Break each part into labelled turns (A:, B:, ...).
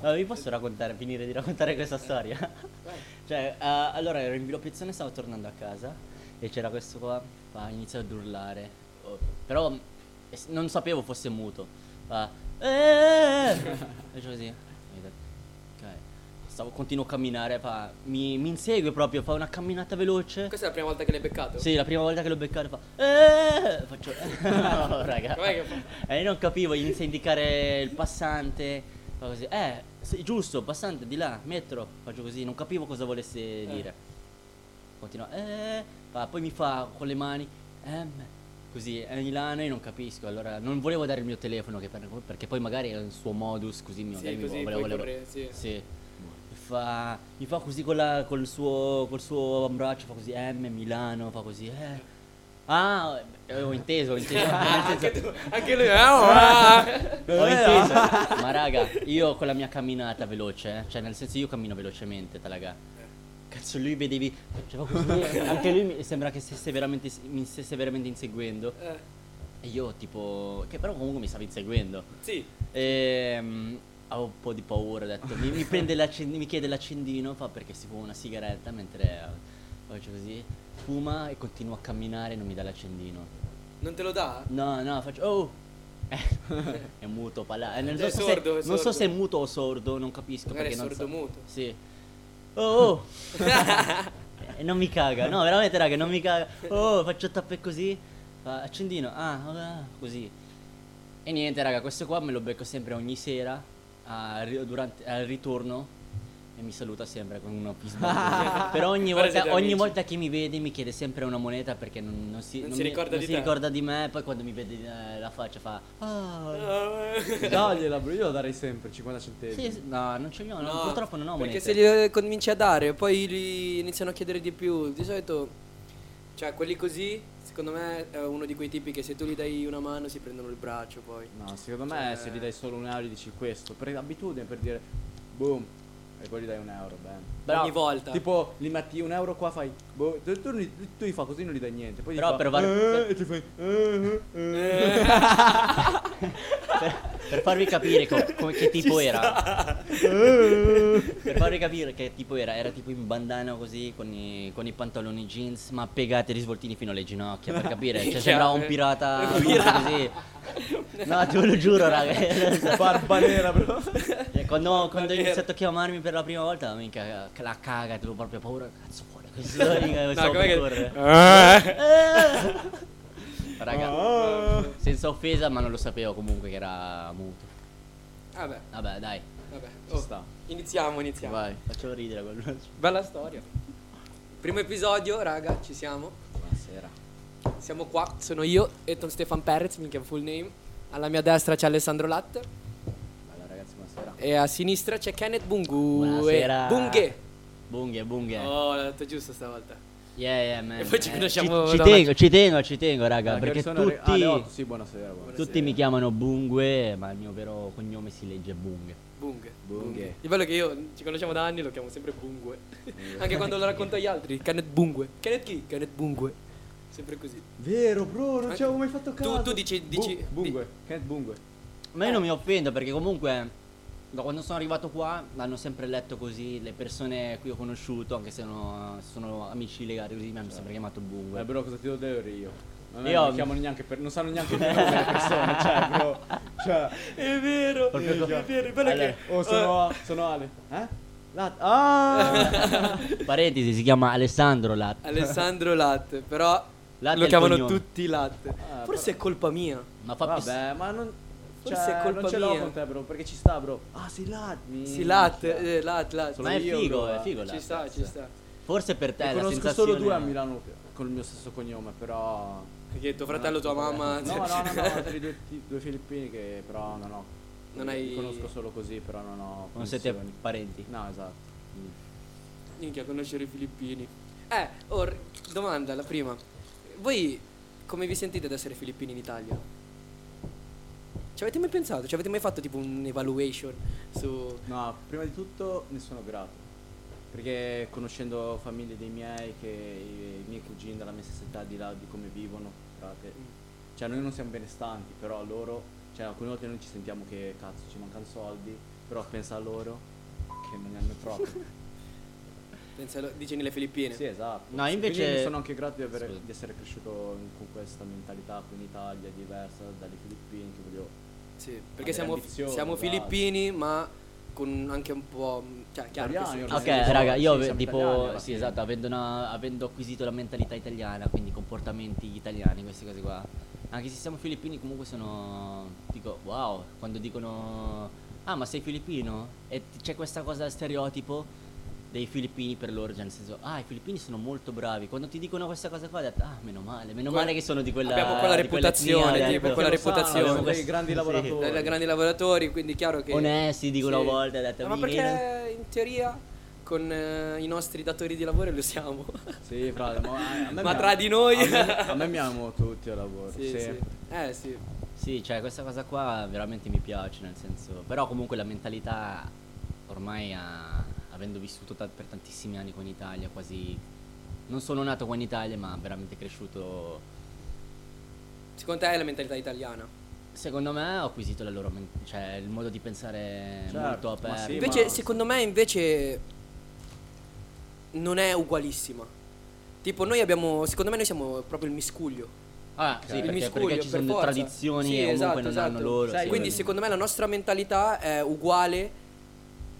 A: Allora, vi posso raccontare, finire di raccontare questa storia? cioè, eh, allora ero in Bilopizzone, stavo tornando a casa e c'era questo qua, ha iniziato ad urlare, Oh, però mm, e s- non sapevo fosse muto. Fa, "Eh!" Faccio così. E ho detto, "Ok." Stavo, continuo a camminare, fa, mi, mi insegue proprio, fa una camminata veloce.
B: Questa è la prima volta che l'hai beccato?
A: Sì, la prima volta che l'ho beccato fa. "Eh!" Faccio. no, raga.
B: Com'è che
A: E io non capivo, inizia a indicare il passante. Fa così. Eh, sì, giusto, passante di là, metro. Faccio così, non capivo cosa volesse
B: Eh.
A: dire. Continua. Eh. fa- poi mi fa con le mani. Ehm. Così, è a Milano e non capisco. Allora, non volevo dare il mio telefono che per- perché poi magari è un suo modus, così mi magari
B: Sì,
A: mi
B: così
A: volevo,
B: puoi
A: volevo-
B: correre, sì.
A: sì. Mi fa, mi fa così con la- col, suo, col suo braccio, fa così M, Milano, fa così. Eh. Ah, eh, ho inteso, ho inteso.
B: Ah,
A: Nel
B: anche,
A: senso-
B: tu, anche lui. ah, ah.
A: ho inteso. Ma raga, io con la mia camminata veloce, eh, cioè nel senso io cammino velocemente, talaga. Cazzo, lui vedevi. Cioè, fa così, anche lui mi sembra che stesse veramente, mi stesse veramente inseguendo.
B: Eh,
A: E io tipo. Che però comunque mi stava inseguendo.
B: sì.
A: Ehm, avevo un po' di paura, ho detto, mi, mi prende l'accen- mi chiede l'accendino, fa perché si fuma una sigaretta mentre eh, faccio così, fuma e continua a camminare e non mi dà l'accendino.
B: Non te lo dà?
A: No, no, faccio, oh! Eh, è muto, parla. eh, non, so
B: È sordo, è
A: se, non so
B: sordo.
A: se è muto o sordo, non capisco.
B: Magari
A: perché
B: è
A: non so-
B: sordo-muto.
A: Sì. Oh, oh! Eh, non mi caga, no, veramente raga, non mi caga. Oh, faccio tappe così. fa, Accendino, ah, ah, così. E niente, raga, questo qua me lo becco sempre ogni sera a ri- durante- al ritorno e mi saluta sempre con una fistbump. Però ogni
B: Ora
A: volta,
B: siete
A: ogni
B: amici.
A: volta che mi vede mi chiede sempre una moneta perché non, non si,
B: Non
A: mi-
B: si ricorda
A: non
B: di
A: si
B: te.
A: ricorda di me. Poi quando mi vede eh, la faccia fa... "Ah".
C: Dagliela, bro, io la darei sempre 50 centesimi.
A: Sì, sì, no, non ce li ho, no, purtroppo non ho monete.
B: Perché se li cominci a dare, poi li iniziano a chiedere di più. Di solito, cioè, quelli così, secondo me, è uno di quei tipi che se tu gli dai una mano si prendono il braccio poi.
C: No, secondo me se gli dai solo un euro dici questo, per abitudine, per dire boom, e poi gli dai un euro, bene.
A: Però-
B: Ogni volta.
C: Tipo, li metti un euro qua, fai boh, tu, tu, li- tu gli fa così non gli dai niente. Poi gli
A: Però
C: fa,
A: per var-
C: "Eh", e ti fai "Eh, eh, eh".
A: per farvi capire co- come- che tipo era per farvi capire che tipo era era tipo in bandana così con i, con i pantaloni jeans ma piegati e risvoltini fino alle ginocchia per capire cioè
B: Minchia,
A: sembrava
B: eh.
A: un pirata così no te lo giuro raga
C: Barba nera, bro.
A: Cioè, quando quando hai
B: nera.
A: iniziato a chiamarmi per la prima volta minchia la caga avevo proprio paura cazzo fuori questo minchia, stavo
B: com'è
A: per
B: che-
A: correre. Eh. raga
C: Ah.
A: senza offesa, ma non lo sapevo comunque che era muto.
B: Vabbè,
A: Vabbè, dai,
B: vabbè.
C: Ci
B: Oh,
C: sta.
B: Iniziamo, iniziamo.
C: Vai.
A: faccio ridere quello.
B: Bella storia. Primo episodio, raga, ci siamo.
C: Buonasera.
B: Siamo qua, sono io, Eton Stefan Perez, minchia full name. Alla mia destra c'è Alessandro Latte
C: Allora ragazzi, buonasera.
B: e a sinistra c'è Kenneth Bungue.
A: Buonasera. Eh.
B: Bunghe.
A: Bunghe, bunghe.
B: Oh, l'ho detto giusto stavolta.
A: Yeah, yeah, man. Eh,
B: E poi ci conosciamo
A: Ci, ci
B: da
A: tengo, ci tengo, ci tengo, raga,
C: Alla
A: perché
C: persona-
A: tutti,
C: ah, alle otto, sì, buonasera, buonasera.
A: tutti mi chiamano Bungue, ma il mio vero cognome si legge Bunghe.
B: Bunghe.
C: Bunghe.
B: Il bello è che io ci conosciamo da anni e lo chiamo sempre Bungue. Anche quando lo racconto agli altri, Kenneth Bungue. Kenneth chi? Kenneth Bungue. Sempre così.
C: Vero, bro, non ci avevo mai fatto
B: Tu-
C: caso.
B: tu dici-
C: Bu-
B: dici-
C: Bungue, Kent Bungue.
A: Ma io non mi offendo perché comunque da quando sono arrivato qua l'hanno sempre letto così le persone che ho conosciuto, anche se sono, sono amici legati così, mi hanno sempre chiamato Bungue.
C: Eh, bro, cosa ti devo dire io? Ma a me
A: Io-
C: non mi chiamano neanche per. Non sanno neanche il mio nome le persone, cioè, bro. Cioè.
B: È vero,
A: Porca
B: è
A: co-
B: vero, il bello è che... eh.
C: Oh, sono, sono Ale. Eh? La- ah!
A: Parentesi, si chiama Alessandro Lat.
B: Alessandro Latte, però
A: Latte è
B: lo
A: il
B: chiamano
A: cognome. Mm,
B: tutti Latte.
C: Ah,
B: Forse è colpa mia.
A: Ma fa più
C: Vabbè, ma non.
B: Forse
C: cioè,
B: è colpa
C: non ce l'ho
B: mia.
C: con te, bro, perché ci sta, bro. Ah, si lat.
B: Sì, Latte, eh, Latte, Latte.
C: Solo
A: ma è
C: io,
A: figo,
C: bro,
A: è figo
B: Ci
A: Latte.
B: sta, ci sta.
A: Forse per te
C: Ne
A: la
C: conosco
A: sensazione
C: solo due a Milano con il mio stesso cognome, però. Eh,
B: Perché tuo fratello, tua mamma... cioè.
C: No, no, no, no, altri due, ti- due filippini che però non ho.
B: Non
C: Li
B: hai-
C: conosco solo così, però non ho.
A: Non siete
C: connessioni.
A: parenti.
C: No, esatto.
B: Minchia, conoscere i filippini. Eh, or, domanda, la prima. Voi come vi sentite ad essere filippini in Italia? Ci avete mai pensato? Ci avete mai fatto tipo un'evaluation su...
C: No, prima di tutto ne sono grato. Perché conoscendo famiglie dei miei, che i, i miei cugini dalla mia stessa età di là, di come vivono, frate. Cioè noi non siamo benestanti, però loro, cioè alcune volte noi ci sentiamo che cazzo ci mancano soldi. Però però pensa a loro che non ne hanno proprio.
B: Pensa lo- dici nelle Filippine.
C: Sì, esatto.
A: No, invece-
C: Quindi mi sono anche grato di, avere-
A: Scusa.
C: di essere cresciuto in- con questa mentalità qui in Italia diversa dalle Filippine che voglio
B: Sì, perché
C: Vabbè,
B: siamo,
C: ambizioni,
B: siamo
C: bravo.
B: filippini, ma con anche un po'. mh, Cioè, chiaro che
C: Italiani,
B: sì.
A: Ok,
C: ormai. siamo-
A: raga, io
C: sì,
A: ave-
C: siamo
A: tipo,
C: italiani alla
A: sì,
C: fine.
A: esatto, avendo, una- avendo acquisito la mentalità italiana, quindi comportamenti italiani, queste cose qua. Anche se siamo filippini, comunque sono. Dico, wow, quando dicono. Ah, ma sei filippino? E t- c'è questa cosa stereotipo dei filippini per loro, cioè nel senso, ah, i filippini sono molto bravi. Quando ti dicono questa cosa qua, ho detto, ah, meno male, meno
B: Quella-
A: male che sono di quella.
B: abbiamo quella
A: di eh, quella etnia,
B: reputazione,
A: ho
B: tipo,
A: detto.
B: quella
C: Perché lo sanno,
B: reputazione.
C: sono dei grandi
A: Sì.
C: lavoratori.
B: Dai grandi lavoratori, quindi chiaro che.
A: Onesti, dicono a volte, ha detto,
B: Ma
A: "Minchia".
B: perché in teoria con eh, i nostri datori di lavoro lo siamo.
C: Sì, fra, ma, a me
B: Ma
C: mi
B: tra
C: am-
B: di noi-
C: A me, a me mi amano tutti al lavoro.
B: sì,
C: sì.
B: sì. Eh sì.
A: Sì, cioè questa cosa qua veramente mi piace, nel senso, però comunque la mentalità ormai ha- avendo vissuto ta- per tantissimi anni qua in Italia, quasi non sono nato qua in Italia, ma veramente cresciuto
B: Secondo te è la mentalità italiana?
A: Secondo me ho acquisito la loro men- cioè il modo di pensare
C: Certo,
A: molto
C: ma
A: aperto.
C: sì,
B: Invece,
C: ma-
B: secondo me, invece non è ugualissima. Tipo, noi abbiamo. Secondo me, noi siamo proprio il miscuglio.
A: Ah, sì,
C: Il
A: perché,
B: miscuglio,
A: perché ci
B: per
A: sono
B: forza.
A: tradizioni
B: Sì,
A: e comunque
B: esatto,
A: non
B: esatto.
A: hanno loro.
C: Sai,
A: sì,
B: Quindi,
A: ovviamente.
B: secondo me, la nostra mentalità è uguale.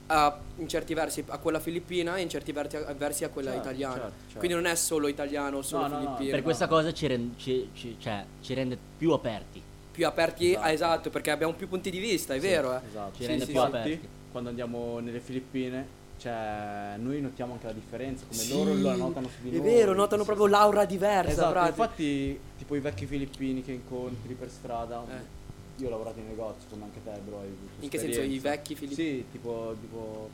B: A, in certi versi a quella filippina e in certi verti- versi a quella
C: Certo,
B: italiana.
C: certo, certo.
B: Quindi non è solo italiano, solo
C: No, no, no,
B: filippino.
A: per
C: no.
A: questa cosa ci, ren- ci- ci- cioè, ci rende più aperti.
B: Più aperti,
C: Esatto.
B: ah, esatto, perché abbiamo più punti di vista, è vero. Eh.
C: Esatto.
A: Ci
C: Sì,
A: rende
C: sì,
A: più
C: sì.
A: aperti.
C: Infatti, Quando andiamo nelle Filippine, cioè, noi notiamo anche la differenza, come
B: Sì,
C: loro la notano su di
B: È
C: noi.
B: vero, notano
C: Sì,
B: proprio
C: sì.
B: l'aura diversa.
C: Esatto,
B: frate.
C: infatti, tipo i vecchi filippini che incontri per strada.
B: Eh.
C: Io ho lavorato in negozio, come anche te, bro. hai avuto
B: In che senso,
C: esperienza.
B: i vecchi filippini?
C: Sì, tipo, tipo,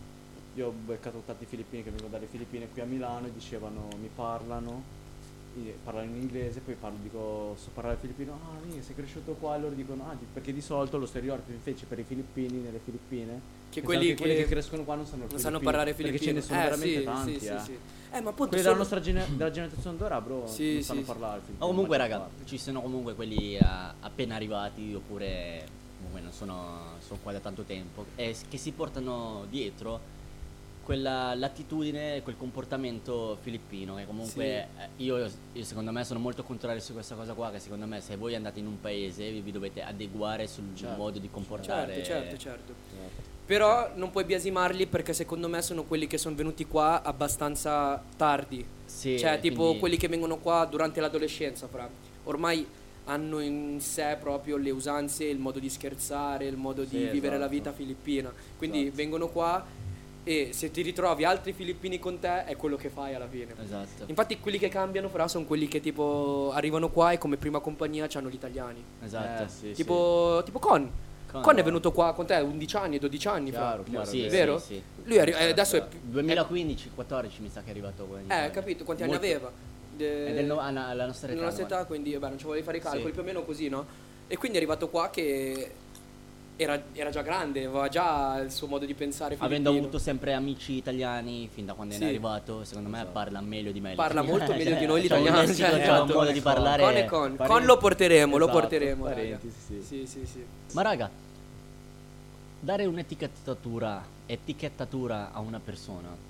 C: io ho beccato tanti filippini che vengono dalle Filippine qui a Milano e dicevano, mi parlano, i- parlano in inglese, poi parlo, dico, so parlare filippino, ah, minchia, sei cresciuto qua, e loro dicono, ah, di- perché di solito lo stereotipo invece per i filippini nelle Filippine,
B: Che
C: pensano
B: quelli
C: che, quelli
B: che-
C: che crescono qua non sanno, il
B: Non sanno
C: filippino,
B: parlare
C: perché
B: filippino.
C: ce ne sono
B: eh,
C: veramente
B: sì,
C: tanti,
B: sì,
C: eh.
B: sì, sì. Eh, ma appunto
C: Quelli della,
B: solo-
C: nostra gene- della generazione d'ora, bro,
B: Sì,
C: non
B: sì,
C: sanno
B: sì.
C: parlare filippino.
A: Ma comunque,
C: la maggior
A: raga,
C: parte.
A: ci sono comunque quelli ah, appena arrivati oppure comunque non sono, sono qua da tanto tempo e s- che si portano dietro quella l'attitudine, quel comportamento filippino che comunque eh, io, io secondo me sono molto contrario su questa cosa qua che secondo me se voi andate in un paese vi, vi dovete adeguare sul
C: Certo,
A: modo di comportare
C: eh.
B: Certo, certo, certo.
C: Esatto.
B: Però non puoi biasimarli perché secondo me sono quelli che sono venuti qua abbastanza tardi.
A: Sì,
B: cioè, tipo
A: quindi-
B: quelli che vengono qua durante l'adolescenza, fra. Ormai hanno in sé proprio le usanze, il modo di scherzare, il modo
C: Sì,
B: di vivere la
C: esatto.
B: vita filippina. Quindi
C: Esatto.
B: vengono qua e se ti ritrovi altri filippini con te è quello che fai alla fine.
A: Esatto,
B: Infatti quelli che cambiano fra sono quelli che tipo arrivano qua e come prima compagnia c'hanno gli italiani.
A: esatto.
C: Eh, sì,
B: tipo, tipo Con. Con.
A: Con.
B: è venuto qua con te 11 anni, 12 anni fra.
C: Chiaro,
A: Ma
C: chiaro,
A: sì,
B: è
A: sì,
B: vero?
A: sì.
B: Lui è arri- eh, adesso è
C: Certo.
B: più...
A: 2015-14 mi sa che è arrivato qua in
B: Eh,
A: Italia.
B: capito, quanti
A: Molto-
B: anni aveva? De-
A: È del no- ah, no, la nostra età.
B: nella nostra
A: guarda.
B: età, quindi beh, non ci volevi fare i calcoli,
A: Sì.
B: più o meno così, no? E quindi è arrivato qua che era, era già grande, aveva già il suo modo di pensare filippino.
A: Avendo avuto sempre amici italiani fin da quando
B: Sì.
A: è arrivato, secondo me
C: Esatto.
A: parla meglio di me.
B: Parla
A: l'italiano.
B: molto meglio di
A: Cioè,
B: noi
A: c'ha
B: l'italiano,
A: Un, lessico,
B: cioè,
A: c'ha
B: esatto.
A: un modo di parlare.
B: Con e con. Con
C: Parenti-
B: lo porteremo, lo
C: Esatto,
B: porteremo. raga.
C: parenti, sì,
B: sì,
C: sì.
B: sì, sì.
A: Ma raga, dare un'etichettatura etichettatura a una persona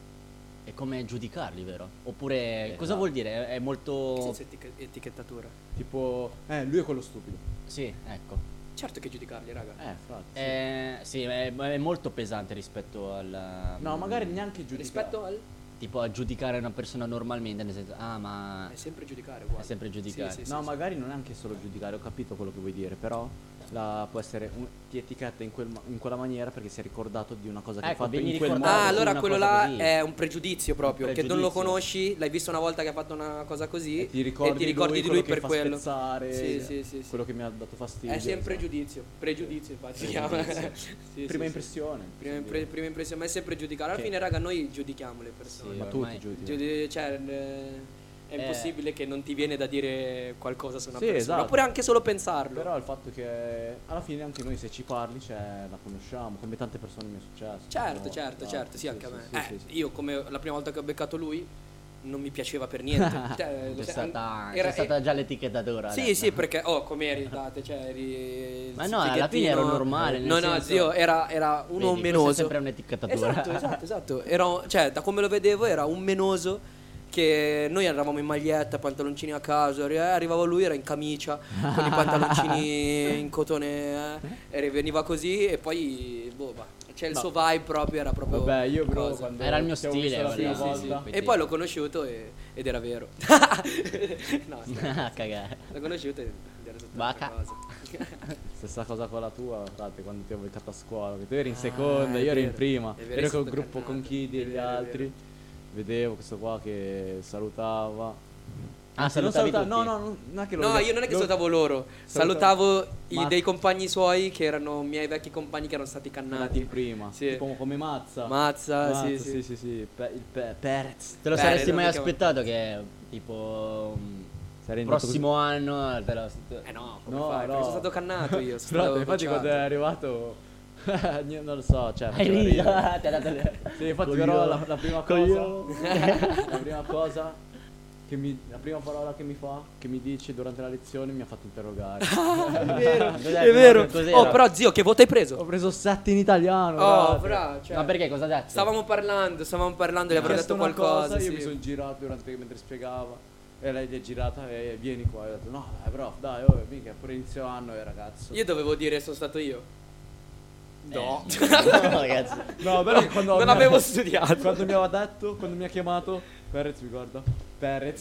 A: è come giudicarli, vero? Oppure cosa
C: Esatto.
A: vuol dire? È, è
B: Che
A: molto
B: senso etic- etichettatura?
C: Tipo, eh, lui è quello stupido.
A: Sì, ecco.
B: Certo che giudicarli, raga.
C: Eh, infatti.
A: Eh, sì, è, è molto pesante rispetto al
C: No, magari neanche giudicare.
B: Rispetto al...
A: tipo a giudicare una persona normalmente, nel senso ah, ma
B: È sempre giudicare, guarda.
A: È sempre giudicare.
B: Sì, sì,
C: No,
B: sì,
C: magari non è anche solo giudicare, ho capito quello che vuoi dire, però la- può essere un- ti etichetta in, quel ma- in quella maniera perché si è ricordato di una cosa che ha
A: Ecco,
C: fatto
A: vieni
C: in quel modo.
A: ricordato.
B: Ah,
A: Una
B: allora
A: cosa
B: quello là
A: così.
B: è un pregiudizio proprio,
A: Un
B: che non lo
A: pregiudizio.
B: conosci, l'hai visto una volta che ha fatto una cosa così
C: E ti ricordi,
B: di lui per
C: quello che
B: quello.
C: fa spezzare,
B: Sì, sì, sì, sì.
C: quello che mi ha dato fastidio.
B: È sempre
C: insomma.
B: giudizio, pregiudizio infatti si chiama.
C: Pregiudizio.
B: Sì,
C: prima
B: sì,
C: impressione.
B: sì. Prima,
C: bisogna
B: impre-
C: dire.
B: prima impressione, ma è sempre giudicare. Alla
C: Che-
B: fine, raga, noi giudichiamo le persone.
A: Sì,
C: Ma
A: ormai-
C: tutti giudichi.
B: Giudi- cioè, eh, è
A: Eh.
B: impossibile che non ti viene da dire qualcosa su una
C: Sì,
B: persona.
C: esatto.
B: Oppure anche solo pensarlo.
C: Però il fatto che alla fine anche noi se ci parli, cioè, la conosciamo, come tante persone mi è successo.
B: Certo,
C: Tipo,
B: certo,
C: esatto,
B: certo, sì,
C: sì,
B: anche a
C: sì,
B: me.
C: sì,
B: Eh,
C: sì, sì.
B: Io come la prima volta che ho beccato lui non mi piaceva per niente. Cioè, lo
A: c'è,
B: sai,
A: stata,
B: era-
A: c'è stata già l'etichetta d'ora.
B: Sì,
A: adesso.
B: sì, perché oh, come eri date, cioè eri
A: Ma no, alla fine ero
B: fighettino.
A: normale, nel
B: No, no,
A: senso-
B: zio, era, era
A: Vedi,
B: uno
A: questo è
B: menoso.
A: sempre un'etichettatura.
B: Esatto, esatto, esatto. Era- cioè, da come lo vedevo era un menoso che noi eravamo in maglietta, pantaloncini a caso, arri- arrivava lui era in camicia, con i pantaloncini in cotone eh, e veniva così e poi boh, bah, cioè il
A: No.
B: suo vibe proprio era proprio
C: Vabbè, io però
B: cosa.
C: quando
A: Era il mio
C: ti avevo visto
A: stile,
C: la prima
A: sì, sì, sì,
C: volta-
A: quindi-
B: E poi l'ho conosciuto e- ed era vero. no, scherzo.
A: Ah, cagare.
B: l'ho conosciuto ed era tutta
A: Vaca.
B: un'altra cosa.
C: Stessa cosa con la tua, frate, quando ti ho beccato a scuola, che tu eri in
B: Ah,
C: seconda,
B: è
C: io ero in
B: vero.
C: prima,
B: È vero,
C: ero
B: è
C: col
B: stato
C: gruppo con
B: cantato.
C: Chidi
B: È
C: e gli
B: vero, è
C: altri, vedevo questo qua che salutava.
A: Ah,
C: Anzi, non
A: salutavi
C: saluta-
A: tutti?
C: No, no, non, non è che lo
B: No,
C: vedevo-
B: io non è che
C: lo-
B: salutavo loro,
C: Salutavo-
B: salutavo i-
C: Ma-
B: dei compagni suoi che erano miei vecchi compagni che erano stati
C: nati in
B: cannati.
C: prima,
B: Sì.
C: tipo come Mazza.
B: Mazza, sì,
C: sì,
B: sì.
C: sì, sì, Pe- il Pe- Perez.
A: Te lo
B: Beh,
A: saresti
B: non
A: mai
B: mi chiamo-
A: aspettato che tipo mm,
C: Sarei andato
A: prossimo anno te lo-
B: Eh no, come
C: No,
B: fai? Perché
C: no.
B: sono stato cannato io, sono
C: Però
B: stato
C: infatti
B: bocciato.
C: quando è arrivato io non lo so, cioè
A: Hai
C: faceva
A: riso,
C: ridere.
B: Ah,
A: ti ha dato le...
C: Sì, infatti
A: Coglione.
C: però la, la prima cosa
A: Coglione.
C: la prima cosa che mi la prima parola che mi fa, che mi dice durante la lezione mi ha fatto interrogare.
B: È vero,
C: Eh,
A: Cos'è?
B: è vero.
A: Cos'era?
B: Oh, però zio, che voto hai
C: Ho
B: preso?
C: preso 7 in italiano.
B: Oh,
C: guardate.
B: bravo, cioè,
A: Ma perché cosa ha detto?
B: Stavamo parlando, stavamo parlando, gli
C: Mi ha
B: avrei
C: chiesto
B: detto
C: una
B: qualcosa,
C: cosa, io
B: sì.
C: mi sono girato durante mentre spiegava. E lei gli è girata e vieni qua. E ho detto, no, dai, prof, dai, oh, mica, è pure inizio anno, eh, ragazzo.
B: Io dovevo dire sono stato io. No.
A: Eh, no, ragazzi.
C: No, però quando
B: non avevo studiato.
C: Quando mi aveva detto, quando mi ha chiamato, Perez mi guarda. Perez.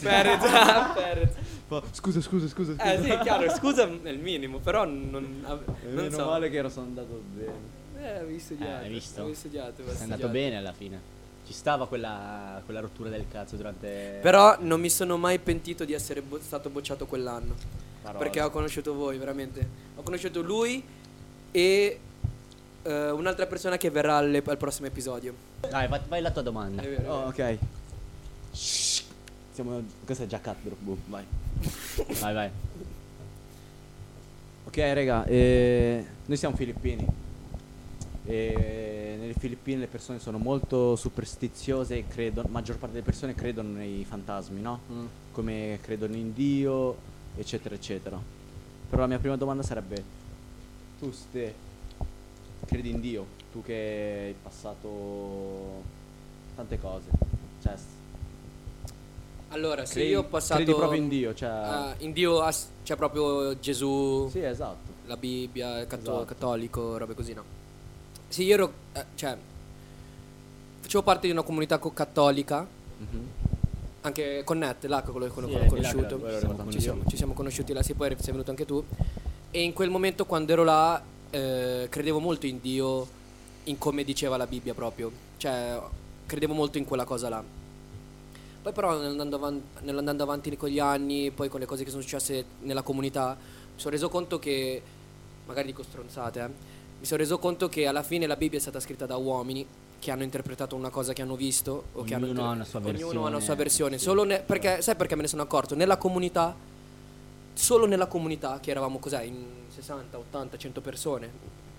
B: Perez, ah, Perez.
C: Fa, Scusa, scusa, scusa. scusa.
B: Eh sì, è chiaro, scusa è il minimo, però non, av-
C: E
B: non
C: Eh, meno
B: so.
C: male che ero sono andato bene.
B: Eh, avevi studiato.
A: Eh, hai visto?
B: Avevi studiato, avevi
A: È andato
B: studiato.
A: bene alla fine. Ci stava quella, quella rottura del cazzo durante...
B: Però non mi sono mai pentito di essere bo- stato bocciato quell'anno.
C: Parola.
B: Perché ho conosciuto voi, veramente. Ho conosciuto lui e eh, un'altra persona che verrà alle- al prossimo episodio.
A: Dai, vai, vai la tua domanda.
B: È vero. è vero.
C: Oh, ok. Siamo, questo è già cut, bro. Boh, vai.
A: Vai, vai.
C: Ok, raga, eh, noi siamo filippini. E nelle Filippine le persone sono molto superstiziose e credono, la maggior parte delle persone credono nei fantasmi, no?
A: Mm.
C: Come credono in Dio, eccetera, eccetera. Però la mia prima domanda sarebbe, tu ste, credi in Dio? Tu che hai passato tante cose. Cioè, s-
B: Allora, se
C: credi-
B: io ho passato...
C: credi proprio in Dio, cioè...
B: Ah, in Dio ass- c'è proprio Gesù,
C: Sì, esatto.
B: la Bibbia, il catto-
C: Esatto.
B: cattolico, robe così, no? Sì, io ero... eh, cioè... Facevo parte di una comunità co- cattolica, anche con Net, là, quello quello
A: Sì,
B: che ho
A: eh, di là,
B: conosciuto.
A: quello
C: eravamo
B: Ci
C: conosciuti.
B: siamo- ci siamo conosciuti là, sì, poi sei venuto anche tu. E in quel momento, quando ero là, eh, credevo molto in Dio, in come diceva la Bibbia proprio. Cioè, credevo molto in quella cosa là. Poi però andando avan- nell'andando avanti con gli anni, poi con le cose che sono successe nella comunità, mi sono reso conto che, magari dico stronzate, eh, mi sono reso conto che alla fine la Bibbia è stata scritta da uomini che hanno interpretato una cosa che hanno visto o che hanno
A: Ognuno ha una sua
B: Ognuno ha una sua
A: versione,
B: versione,
A: sì.
B: solo ne- perché, sai perché me ne sono accorto? Nella comunità, solo nella comunità, che eravamo cos'è, in 60, 80, 100 persone,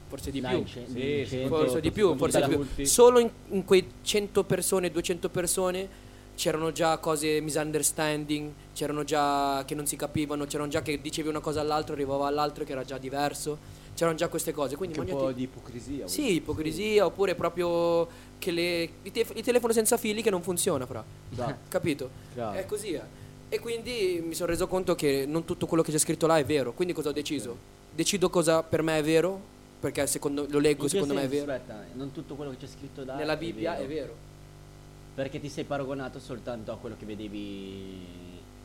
B: forse di
A: Là
B: più.
A: in ce-
C: Sì,
A: in
C: sì,
A: centro,
B: Forse di più,
A: tutti
B: forse di
A: da-
B: più.
C: adulti.
B: Solo in, in quei 100 persone, 200 persone c'erano già cose misunderstanding, c'erano già che non si capivano, c'erano già che dicevi una cosa all'altro, arrivava all'altro che era già diverso, c'erano già queste cose. Quindi
C: Anche un
B: magnati-
C: po' di ipocrisia. vuol
B: Sì, ipocrisia oppure proprio che le, il, te- il telefono senza fili che non funziona, fra.
C: dire. Esatto.
B: Capito?
C: Chiaro.
B: È così. eh. E quindi mi sono reso conto che non tutto quello che c'è scritto là è vero. Quindi cosa ho deciso? Decido cosa per me è vero, perché secondo, lo
A: In
B: leggo,
A: che
B: secondo me è
A: senso?
B: vero.
A: Aspetta, non tutto quello che c'è scritto da
B: Nella Bibbia è vero.
A: Perché ti sei paragonato soltanto a quello che vedevi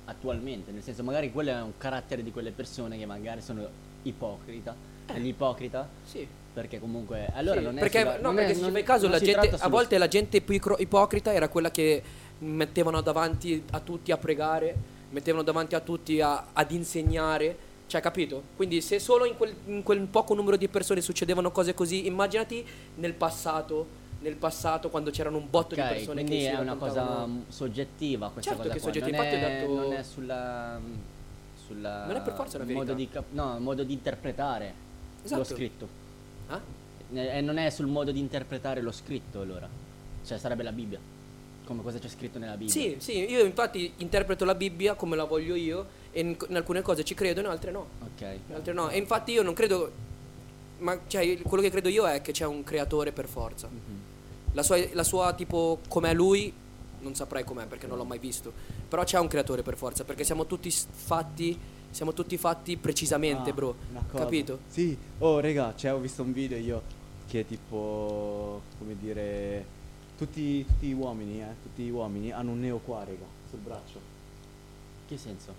A: attualmente, nel senso magari quello è un carattere di quelle persone che magari sono ipocrita, è l'ipocrita,
B: Sì.
A: perché comunque allora
B: Eh. Sì,
A: non è
B: perché,
A: sulla-
B: no,
A: non
B: perché
A: è-
B: se ci
A: non-
B: fai caso,
A: non
B: la
A: si
B: gente,
A: tratta
B: a
A: solo-
B: volte la gente ipocro- ipocrita era quella che mettevano davanti a tutti a pregare, mettevano davanti a tutti a- ad insegnare. Cioè, capito? Quindi se solo in quel, in quel poco numero di persone succedevano cose così, immaginati nel passato, nel passato quando c'erano un botto
A: Ok,
B: di persone che
A: quindi
B: si
A: è una cosa
B: raccontavano-
A: mm, soggettiva questa
B: Certo
A: cosa
B: che è
A: qua,
B: soggettiva,
A: non,
B: infatti
A: è,
B: ho detto-
A: non è sulla, mm, sulla
B: Non è per forza una
A: modo
B: verità.
A: di, cap- no, modo di interpretare
B: Esatto.
A: lo scritto.
B: Ah?
A: Eh, non è sul modo di interpretare lo scritto allora. Cioè sarebbe la Bibbia. come cosa c'è scritto nella Bibbia.
B: Sì, sì, io infatti interpreto la Bibbia come la voglio io e in, in alcune cose ci credo, in altre no.
A: Ok.
B: In altre no. E infatti io non credo, ma cioè, quello che credo io è che c'è un creatore per forza.
C: Mm-hmm.
A: Mhm.
B: La sua, la sua tipo com'è lui, non saprei com'è perché non l'ho mai visto, però c'è un creatore per forza perché siamo tutti s- fatti, siamo tutti fatti precisamente,
C: Ah,
B: bro.
C: una cosa.
B: Capito?
C: Sì. Oh, raga, cioè, ho visto un video io che è tipo, come dire, tutti, tutti gli uomini, eh, tutti gli uomini hanno un neo qua, raga, sul braccio.
A: Che senso?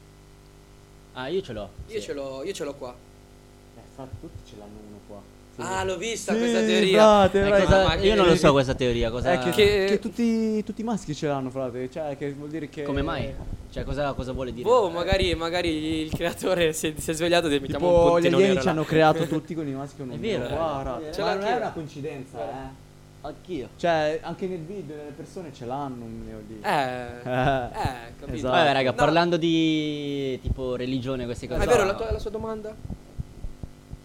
A: Ah, io ce l'ho.
B: Io
A: sì.
B: ce l'ho, io ce l'ho qua.
C: Eh, infatti tutti ce l'hanno uno qua. Sì.
B: Ah, l'ho vista
C: Sì,
B: questa teoria. Ecco,
C: frate,
A: Ma
C: frate.
A: Cioè, cosa-
B: Ma che-
A: io non lo so questa teoria, cosa...
C: Eh, che,
B: Che-
C: che tutti, tutti i maschi ce l'hanno, frate, cioè, che vuol dire che...
A: Come mai? Cioè, cosa, cosa vuole dire?
B: Boh, magari, magari il creatore si è, si è svegliato e mi chiama un
C: Tipo, gli
B: puntino
C: alieni
B: nero
C: ci
B: là.
C: hanno creato tutti con i maschi con
A: È
C: un
A: vero,
C: neo
A: eh.
C: qua, frate.
B: Ce
C: Ma
B: l'ha
C: non
B: chi-
C: è una coincidenza, eh.
A: Anch'io.
C: Cioè, anche nel video le persone ce l'hanno un neo lì.
B: Eh,
C: Eh.
B: eh, capito.
C: Esatto.
A: Vabbè, raga,
B: No,
A: parlando di tipo religione, queste
B: ma
A: cose.
B: È vero,
A: no.
B: la, tua- la sua domanda?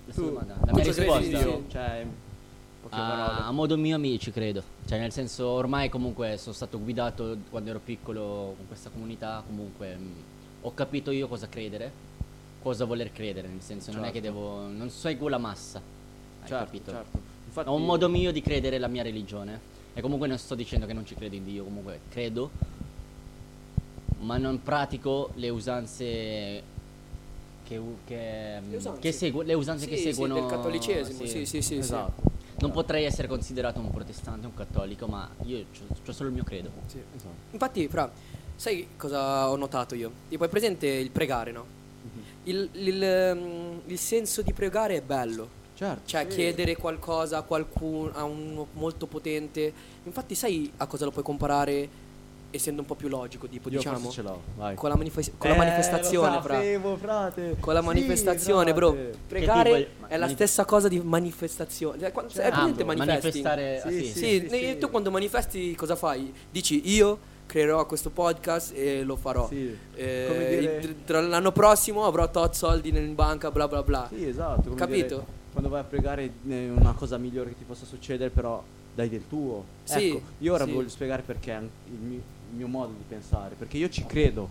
A: La sua
C: Tu-
A: domanda.
B: tu
A: La mia
B: cosa credi di
A: risposta.
B: Dio?
C: Io, cioè, poche
A: Ah,
C: parole.
A: a modo mio mi ci credo, cioè nel senso ormai comunque sono stato guidato quando ero piccolo con questa comunità, comunque mh, ho capito io cosa credere, cosa voler credere, nel senso non è che
C: Certo.
A: devo, non seguo la massa, hai
C: Certo,
A: capito?
C: certo. Infatti-
A: Ho un modo mio di credere la mia religione e comunque non sto dicendo che non ci credo in Dio, comunque credo, ma non pratico le usanze che, u- che, mh,
B: Le usanze.
A: che segu- le usanze
B: Sì,
A: che
B: sì,
A: seguono...
B: del cattolicesimo, sì, sì, sì.
C: Esatto.
A: Non potrei essere considerato un protestante, un cattolico, ma io ho solo il mio credo.
B: sì. Sì.
C: Esatto.
B: Infatti, fra, sai cosa ho notato io? Tipo, è presente il pregare, no?
C: Mhm.
B: Il, il, ehm, il senso di pregare è bello.
C: Certo.
B: Cioè, chiedere qualcosa a qualcuno, a uno molto potente. Infatti, sai a cosa lo puoi comparare, essendo un po' più logico, tipo,
C: Io
B: diciamo...
C: forse ce l'ho, vai.
B: Con la, manifes- con la
C: Eh,
B: manifestazione,
C: lo
B: fra.
C: sapevo, frate.
B: Con la
C: Sì, esatto.
B: manifestazione, bro.
C: frate.
A: Che
B: Pregare
A: tipo il- ma-
B: è la
A: mani-
B: stessa cosa di manifestazione. Cioè, quando-
C: Certo.
B: È presente
A: Ah,
B: manifesting?
A: manifestare. ah,
C: Sì,
A: sì.
B: Sì,
C: sì, sì,
B: ne-
C: sì.
B: tu quando manifesti cosa fai? Dici io creerò questo podcast e lo farò.
C: Sì.
B: Eh,
C: Come dire-
B: il- tra l'anno prossimo avrò tot soldi in banca, bla bla bla.
C: Sì, esatto. come
B: Capito?
C: dire, quando vai a pregare è una cosa migliore che ti possa succedere, però dai del tuo.
B: Sì,
C: Ecco, io ora
B: sì.
C: vi voglio spiegare perché è an- il mio, il mio modo di pensare, perché io ci credo,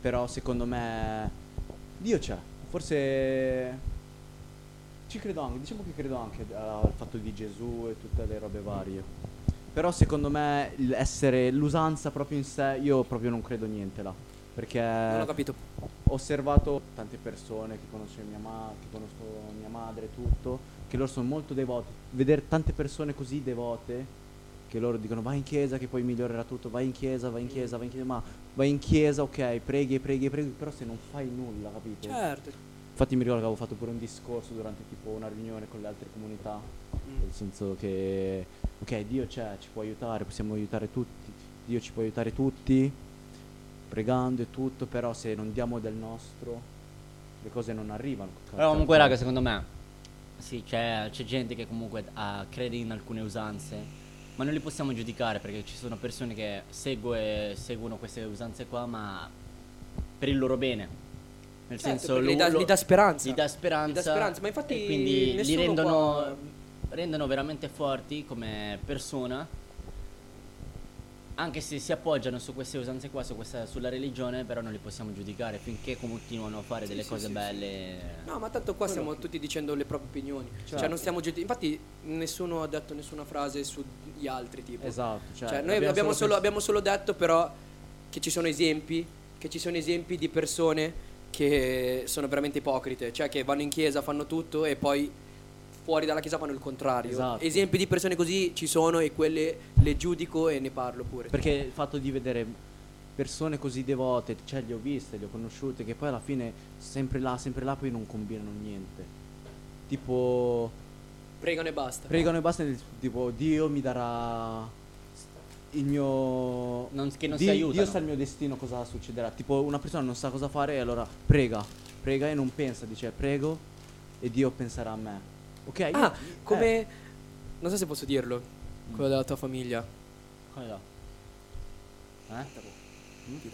C: però secondo me Dio c'è. Forse ci credo anche, diciamo che credo anche al fatto di Gesù e tutte le robe varie. Però secondo me l'essere l'usanza proprio in sé, io proprio non credo niente là. Perché
B: Non ho capito.
C: ho osservato tante persone che conosco mia, ma- che conosco mia madre, tutto, che loro sono molto devoti. Vedere tante persone così devote, che loro dicono vai in chiesa che poi migliorerà tutto, vai in chiesa, vai in chiesa, vai in chiesa, ma vai in chiesa, ok, preghi, preghi, preghi, però se non fai nulla, capito?
B: Certo.
C: Infatti mi ricordo che avevo fatto pure un discorso durante tipo una riunione con le altre comunità,
B: Mm.
C: nel senso che ok, Dio c'è, ci può aiutare, possiamo aiutare tutti, Dio ci può aiutare tutti, pregando e tutto, però se non diamo del nostro le cose non arrivano.
A: Però comunque, raga, secondo me, sì, c'è, c'è gente che comunque ha- crede in alcune usanze, ma non li possiamo giudicare perché ci sono persone che segue- seguono queste usanze qua, ma per il loro bene. Nel
B: Certo,
A: senso,
B: perché gli
A: lo-
B: dà-
A: lo-
B: gli dà speranza.
A: Gli dà speranza.
B: Gli dà speranza, ma infatti
A: e quindi li
B: nessuno
A: rendono,
B: qua-
A: rendono veramente forti come persona. Anche se si appoggiano su queste usanze qua, su questa- sulla religione, però non li possiamo giudicare finché continuano a fare delle
B: sì,
A: cose
B: sì,
A: belle.
B: No, ma tanto qua stiamo tutti dicendo le proprie opinioni. Cioè,
C: Certo.
B: non stiamo giudic- Infatti, nessuno ha detto nessuna frase sugli altri, tipo.
C: Esatto, cioè,
B: Cioè, noi abbiamo, solo,
C: pens-
B: abbiamo solo detto però che ci sono esempi, che ci sono esempi di persone che sono veramente ipocrite, cioè che vanno in chiesa, fanno tutto e poi fuori dalla chiesa fanno il contrario.
C: Esatto.
B: Esempi di persone così ci sono e quelle le giudico e ne parlo pure.
C: Perché il fatto di vedere persone così devote, cioè le ho viste, le ho conosciute, che poi alla fine sempre là, sempre là, poi non combinano niente. Tipo,
B: Pregano e basta.
C: pregano e basta, nel- tipo, Dio mi darà il mio...
A: Non- che non
C: Di-
A: si aiutano.
C: Dio sa il mio destino, cosa succederà. Tipo, una persona non sa cosa fare e allora prega, prega e non pensa, dice prego e Dio penserà a me. Ok? io-
B: Ah, come...
C: eh,
B: Non so se posso dirlo, quello della tua famiglia.
A: Come no? Eh?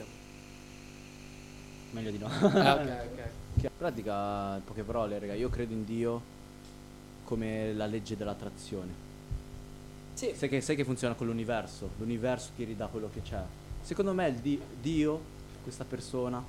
A: Meglio di no.
B: Ah, ok, ok.
C: che in pratica, in poche parole, raga, io credo in Dio come la legge dell'attrazione.
B: Sì.
C: Sai che, sai che funziona con l'universo, l'universo ti ridà quello che c'è. Secondo me il di- Dio, questa persona,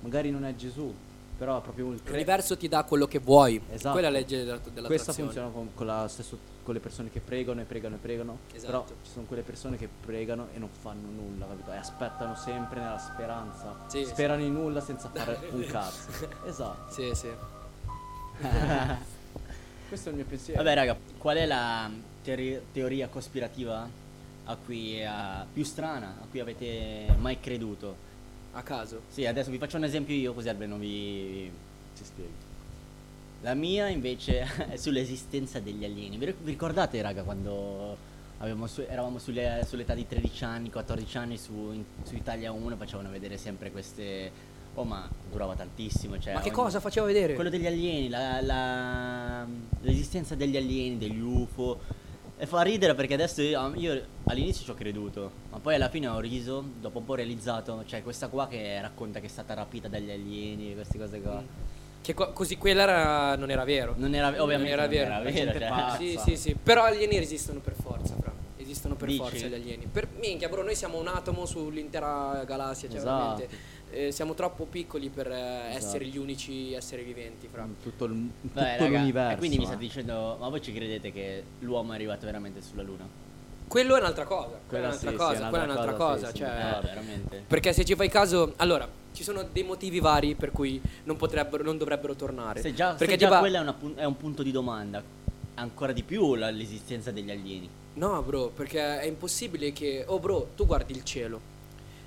C: magari non è Gesù, però è proprio il cre-
B: L'universo ti dà quello che vuoi.
C: Esatto.
B: Quella è la legge della, della
C: Questa
B: attrazione.
C: funziona con, con la stesso- con le persone che pregano e pregano e pregano, però
B: Esatto.
C: ci sono quelle persone che pregano e non fanno nulla, capito? E aspettano sempre nella speranza,
B: Sì,
C: sperano in nulla senza fare un cazzo. Esatto,
B: Sì, sì.
C: questo è il mio pensiero.
A: Vabbè, raga, qual è la teori- teoria cospirativa a cui, eh, più strana a cui avete mai creduto?
B: A caso.
A: Sì, adesso vi faccio un esempio io, così almeno vi ci spiego. La mia invece è sull'esistenza degli alieni. Vi ric- vi ricordate, raga, quando avevamo su- eravamo sulle- sull'età di 13 anni, 14 anni su, in- su Italia 1 facevano vedere sempre queste. Oh, ma durava tantissimo. Cioè,
B: Ma che
A: ogni-
B: cosa faceva vedere?
A: Quello degli alieni, la- la- l'esistenza degli alieni, degli UFO. E fa ridere perché adesso io, io all'inizio ci ho creduto, ma poi alla fine ho riso, dopo un po' ho realizzato, cioè questa qua che racconta che è stata rapita dagli alieni, queste cose qua.
B: Che co- così quella era- non era vero.
A: Non era, ovviamente
B: era
A: non
B: vero,
A: era
B: la
A: vero,
C: gente
A: cioè.
C: pazza.
B: Sì, sì, sì. Però gli alieni esistono per forza, fra. Esistono per
A: Dici?
B: forza gli alieni. Per minchia, bro, noi siamo un atomo sull'intera galassia, cioè
A: Esatto.
B: veramente. eh, siamo troppo piccoli per eh, essere
C: Esatto.
B: gli unici esseri viventi, fra.
C: In tutto, il- in tutto
A: Vabbè, raga,
C: l'universo.
A: e quindi mi
C: eh.
A: state dicendo, ma voi ci credete che l'uomo è arrivato veramente sulla Luna?
B: Quello è un'altra cosa. Quella è
C: Quella sì,
B: un'altra
C: sì,
B: cosa,
C: è
B: quella è un'altra cosa.
C: sì, sì,
B: cioè,
A: Eh, veramente.
B: Perché se ci fai caso, allora ci sono dei motivi vari per cui non potrebbero, non dovrebbero tornare.
A: Se già,
B: perché
A: se già
B: tipo-
A: quella è, una pun- è un punto di domanda, ancora di più la- l'esistenza degli alieni.
B: No, bro, perché è impossibile che. Oh, bro, tu guardi il cielo,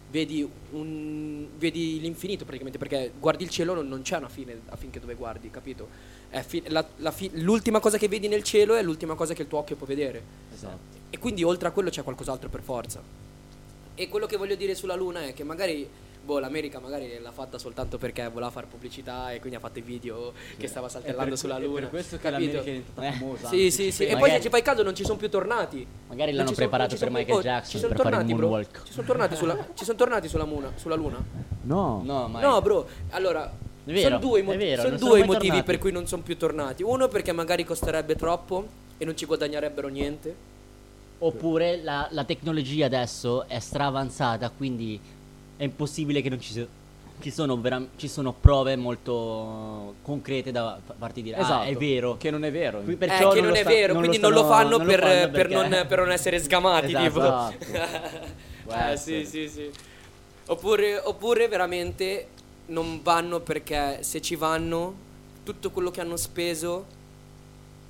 B: vedi, un... vedi l'infinito praticamente, perché guardi il cielo non, non c'è una fine affinché dove guardi, capito? È fi- la- la fi- L'ultima cosa che vedi nel cielo è l'ultima cosa che il tuo occhio può vedere.
A: Esatto.
B: E quindi oltre a quello c'è qualcos'altro per forza. E quello che voglio dire sulla Luna è che magari, boh, l'America magari l'ha fatta soltanto perché voleva fare pubblicità e quindi ha fatto i video che stava saltellando sulla Luna.
C: È per questo che
B: capito?
C: l'America è diventata
A: Eh.
C: famosa. cioè.
B: Sì,
C: anche,
B: sì,
C: ci
B: sì. E
C: pensi.
B: poi se
A: Magari-
B: ci fai caso non ci sono più tornati.
A: Magari
B: Non
A: l'hanno
B: ci son-
A: preparato
B: non ci son
A: per
B: più-
A: Michael
B: oh,
A: Jackson
B: ci son
A: per fare il
B: tornati, bro.
A: moonwalk.
B: Ci sono tornati sulla, ci son tornati sulla muna- sulla luna.
C: No.
A: No, ma
B: No, bro. Allora,
A: È vero,
B: sono due, i
A: è
B: moti-
A: vero,
B: son
A: non sono
B: due i
A: mai
B: motivi
A: tornati.
B: per cui non sono più tornati. Uno perché magari costerebbe troppo e non ci guadagnerebbero niente.
A: Oppure la, la tecnologia adesso è straavanzata, quindi è impossibile che non ci sia. Ci sono, vera- ci sono prove molto concrete da fa- farti dire.
C: Esatto.
A: Ah, è vero.
C: Che non è vero.
A: Qui
B: Eh,
A: perciò
B: che non,
A: lo
B: è
A: sta-
B: vero,
A: non lo
B: quindi non lo
A: stanno-
B: fanno, per,
A: fanno
B: per non,
A: perché-
B: per non essere sgamati.
A: Esatto.
B: tipo.
A: Può
B: eh,
A: essere.
B: sì, sì, sì. Oppure, oppure veramente non vanno perché se ci vanno tutto quello che hanno speso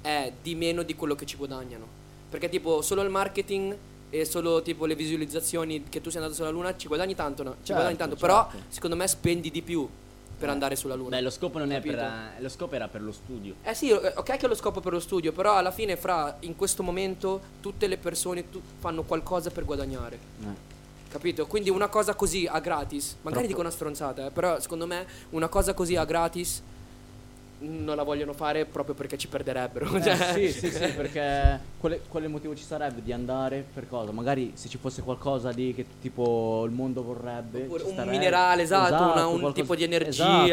B: è di meno di quello che ci guadagnano. Perché tipo solo il marketing e solo tipo le visualizzazioni che tu sei andato sulla luna ci guadagni tanto, no? Ci
A: Certo,
B: guadagni tanto, però
A: certo. Eh.
B: secondo me spendi di più per andare sulla luna.
A: Beh, lo scopo non
B: Capito?
A: è per. Lo scopo era per lo studio.
B: Eh sì, eh, ok che è lo scopo per lo studio, però alla fine fra in questo momento tutte le persone tu- fanno qualcosa per guadagnare, Eh. capito? Quindi una cosa così a gratis, magari dico una stronzata, eh, però secondo me una cosa così a gratis non la vogliono fare proprio perché ci perderebbero.
C: Eh,
B: cioè.
C: sì, sì, sì, perché quale, quale motivo ci sarebbe di andare per cosa? Magari se ci fosse qualcosa lì che tipo il mondo vorrebbe.
B: Oppure
C: ci
B: un
C: starebbe.
B: minerale, esatto, una- un tipo di energia,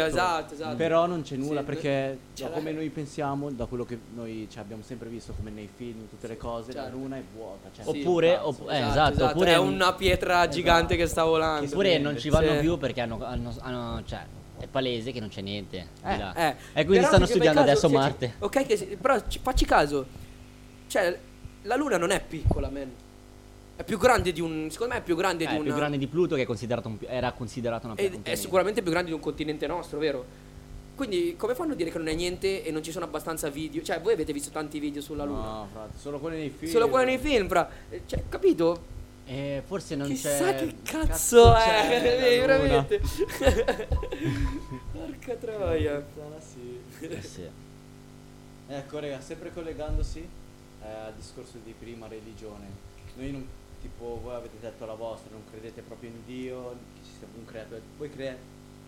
B: esatto,
C: esatto.
B: esatto.
C: Però non c'è nulla
B: Sì,
C: perché
B: c'è
C: da
B: la-
C: come noi pensiamo, da quello che noi cioè, abbiamo sempre visto, come nei film, tutte le cose, la
B: certo.
C: luna è vuota. Cioè,
B: Sì,
A: oppure.
C: cazzo.
A: opp- eh, esatto, oppure.
B: è una pietra
C: Esatto.
B: gigante che sta volando.
A: Oppure non ci vanno
B: Sì.
A: più perché hanno, hanno- hanno- cioè, è palese che non c'è niente. di
C: Eh,
A: là.
B: Eh,
A: e quindi
B: però
A: stanno
B: se ci fai
A: studiando adesso
B: caso- se ci-
A: Marte.
B: ok, che si- però ci- facci caso. Cioè, la Luna non è piccola, man. È più grande di un. Secondo me è più grande
A: Eh,
B: di
A: è
B: un.
A: più grande di Pluto che è considerato un pi- era considerato una
B: è,
A: pianta.
B: è sicuramente più grande di un continente nostro, vero? Quindi, come fanno a dire che non è niente e non ci sono abbastanza video? Cioè, voi avete visto tanti video sulla Luna.
C: No, frate, solo quelli nei film.
B: Solo quello nei film, fra. Eh, Cioè, capito?
A: Eh, forse non c'è.
B: Chissà che cazzo, è,
C: c'è la
B: eh,
C: Luna.
B: veramente. Porca troia.
C: Puttana, sì.
A: Eh, sì.
C: Ecco, raga, sempre collegandosi eh, al discorso di prima religione. Noi non, tipo, voi avete detto la vostra, non credete proprio in Dio, che ci sia un creatore. Voi cre-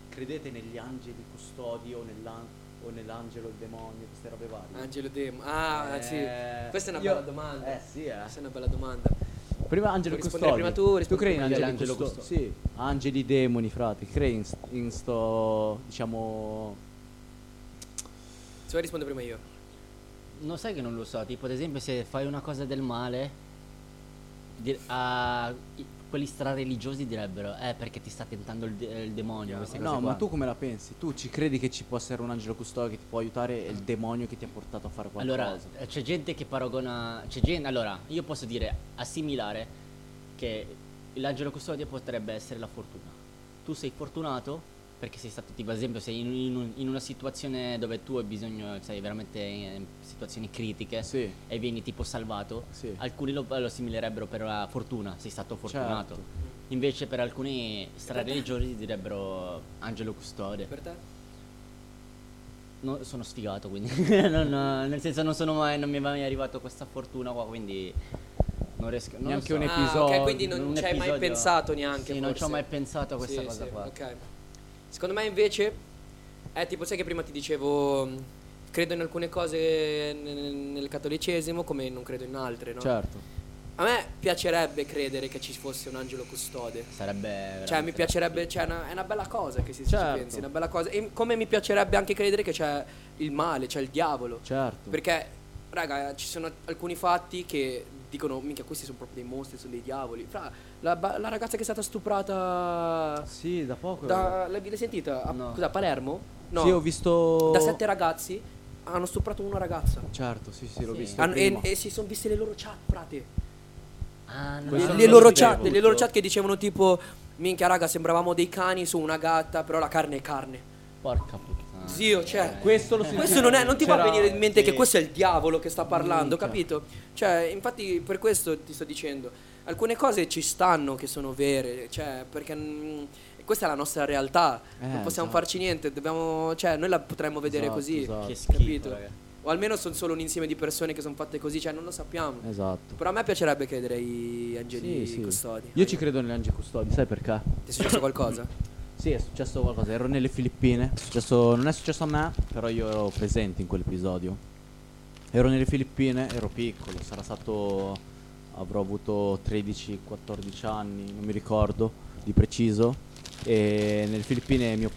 C: credete negli angeli custodi o, nell'an- o nell'angelo, il demonio, queste robe varie.
B: Angelo Demo. Ah,
C: Eh,
B: sì. Questa è una
C: io-
B: bella domanda.
C: eh, sì, eh.
B: Questa è una bella domanda.
C: Prima angelo
B: Vuoi
C: custodi.
B: rispondere prima tu, rispondi
C: credi in
B: prima io.
C: angeli
A: Angelo
C: custodi?
A: custodi.
C: Sì. Angeli demoni, frate. Credi in, st- in sto, diciamo...
B: Se vuoi rispondo prima io.
A: Non sai che non lo so, tipo ad esempio se fai una cosa del male di- a- i- quelli strareligiosi direbbero, eh perché ti sta tentando il, de- il demonio, queste cose
C: No,
A: qua.
C: ma tu come la pensi? Tu ci credi che ci possa essere un angelo custode che ti può aiutare e il demonio che ti ha portato a fare qualcosa?
A: Allora, eh, c'è gente che paragona. C'è gente. Allora, io posso dire, assimilare che l'angelo custode potrebbe essere la fortuna. Tu sei fortunato perché sei stato, tipo, ad esempio, sei in, in un- in una situazione dove tu hai bisogno, sei veramente in situazioni critiche
C: Sì.
A: e vieni tipo salvato.
C: Sì.
A: Alcuni lo, lo assimilerebbero per la fortuna, sei stato fortunato.
C: Certo.
A: Invece per alcuni strareligiosi direbbero angelo custode.
B: Per te?
A: No, sono sfigato quindi non, eh, nel senso non sono mai non mi è mai arrivato questa fortuna qua quindi non riesco non
C: Neanche
A: lo so.
C: un
B: Ah,
C: episodio,
B: ok, quindi non
A: un
B: ci hai mai
A: episodio-
B: pensato neanche.
A: sì, non ci ho
B: forse.
A: mai pensato a questa
B: Sì,
A: cosa
B: sì,
A: qua
B: Ok. Secondo me invece è tipo, sai che prima ti dicevo, mh, credo in alcune cose n- n- nel cattolicesimo come non credo in altre, no?
A: Cioè.
C: Certo.
B: A me piacerebbe credere che ci fosse un angelo custode.
A: sarebbe
B: Cioè, mi
A: veramente-
B: piacerebbe, cioè, è una- è una bella cosa che si se
C: Certo.
B: ci pensi, è una bella cosa. E come mi piacerebbe anche credere che c'è il male, c'è il diavolo.
C: Certo.
B: Perché, raga, ci sono alcuni fatti che dicono, minchia, questi sono proprio dei mostri, sono dei diavoli. Fra, la, ba- la ragazza che è stata stuprata...
C: Sì, da poco.
B: Da, l'hai l'hai sentita? A,
A: No.
B: Cos'è, a Palermo? No.
C: Sì, ho visto
B: Da sette ragazzi hanno stuprato una ragazza.
C: Certo, sì, sì, l'ho
A: Sì.
C: visto
B: Hanno- Ah, e,
C: prima.
B: e si sono viste le loro chat, frate.
A: ah, no,
C: Questo
B: Le,
A: no,
C: non
B: le
C: lo
B: loro
C: sapevo.
B: chat, le loro chat che dicevano tipo minchia raga, sembravamo dei cani su una gatta, però la carne è carne.
A: porca puttana Eh,
B: Zio, cioè,
C: Questo lo
B: Questo non, è, non ti fa
C: C'era-
B: venire in mente
C: sì.
B: che questo è il diavolo che sta parlando,
C: Minchia.
B: capito? Cioè, infatti per questo ti sto dicendo, alcune cose ci stanno che sono vere, cioè, perché mm, questa è la nostra realtà,
C: Eh,
B: non possiamo
C: esatto.
B: farci niente, dobbiamo, cioè, noi la potremmo vedere
C: Esatto,
B: così,
C: esatto.
A: che schifo
B: capito?
A: raga.
B: O almeno sono solo un insieme di persone che sono fatte così, cioè, non lo sappiamo.
C: Esatto.
B: Però a me piacerebbe credere agli angeli
C: Sì, sì.
B: custodi.
C: Io ci credo negli angeli custodi, sai perché?
B: Ti è successo qualcosa?
C: Sì, è successo qualcosa, ero nelle Filippine. È successo- non è successo a me, però io ero presente in quell'episodio. Ero nelle Filippine, ero piccolo, sarà stato. avrò avuto 13-14 anni, non mi ricordo di preciso. E nelle Filippine mio-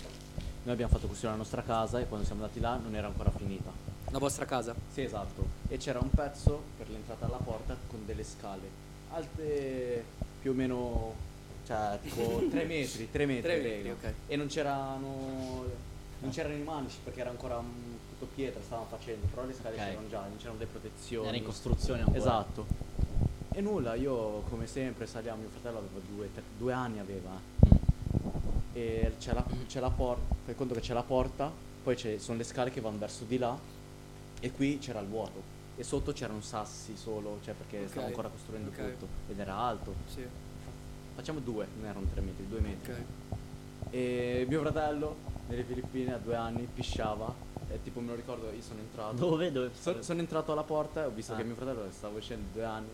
C: noi abbiamo fatto costruire la nostra casa e quando siamo andati là non era ancora finita.
B: La vostra casa?
C: Sì, esatto. E c'era un pezzo per l'entrata alla porta con delle scale alte più o meno, cioè tipo 3 metri, 3 metri.
B: Tre metri,
C: credo.
B: ok.
C: E non c'erano
A: Ah.
C: non c'erano i manici perché era ancora mm, tutto pietra, stavano facendo, però le scale
A: Ok.
C: c'erano già, non c'erano le protezioni.
A: era in costruzione ancora
C: Esatto. E nulla, io come sempre saliamo, mio fratello aveva due, tre- due anni aveva. eh.
A: Mm.
C: E c'è la, c'è la porta, fai conto che c'è la porta, poi ci sono le scale che vanno verso di là e qui c'era il vuoto. E sotto c'erano sassi solo, cioè perché
B: Ok,
C: stavo ancora costruendo
B: ok.
C: tutto ed era alto.
B: Sì.
C: Facciamo due, non erano tre metri, due metri.
B: Ok.
C: E mio fratello nelle Filippine a due anni pisciava e tipo me lo ricordo io sono entrato.
A: dove dove
C: So- sono entrato alla porta e ho visto
A: Ah.
C: che mio fratello stava uscendo due anni.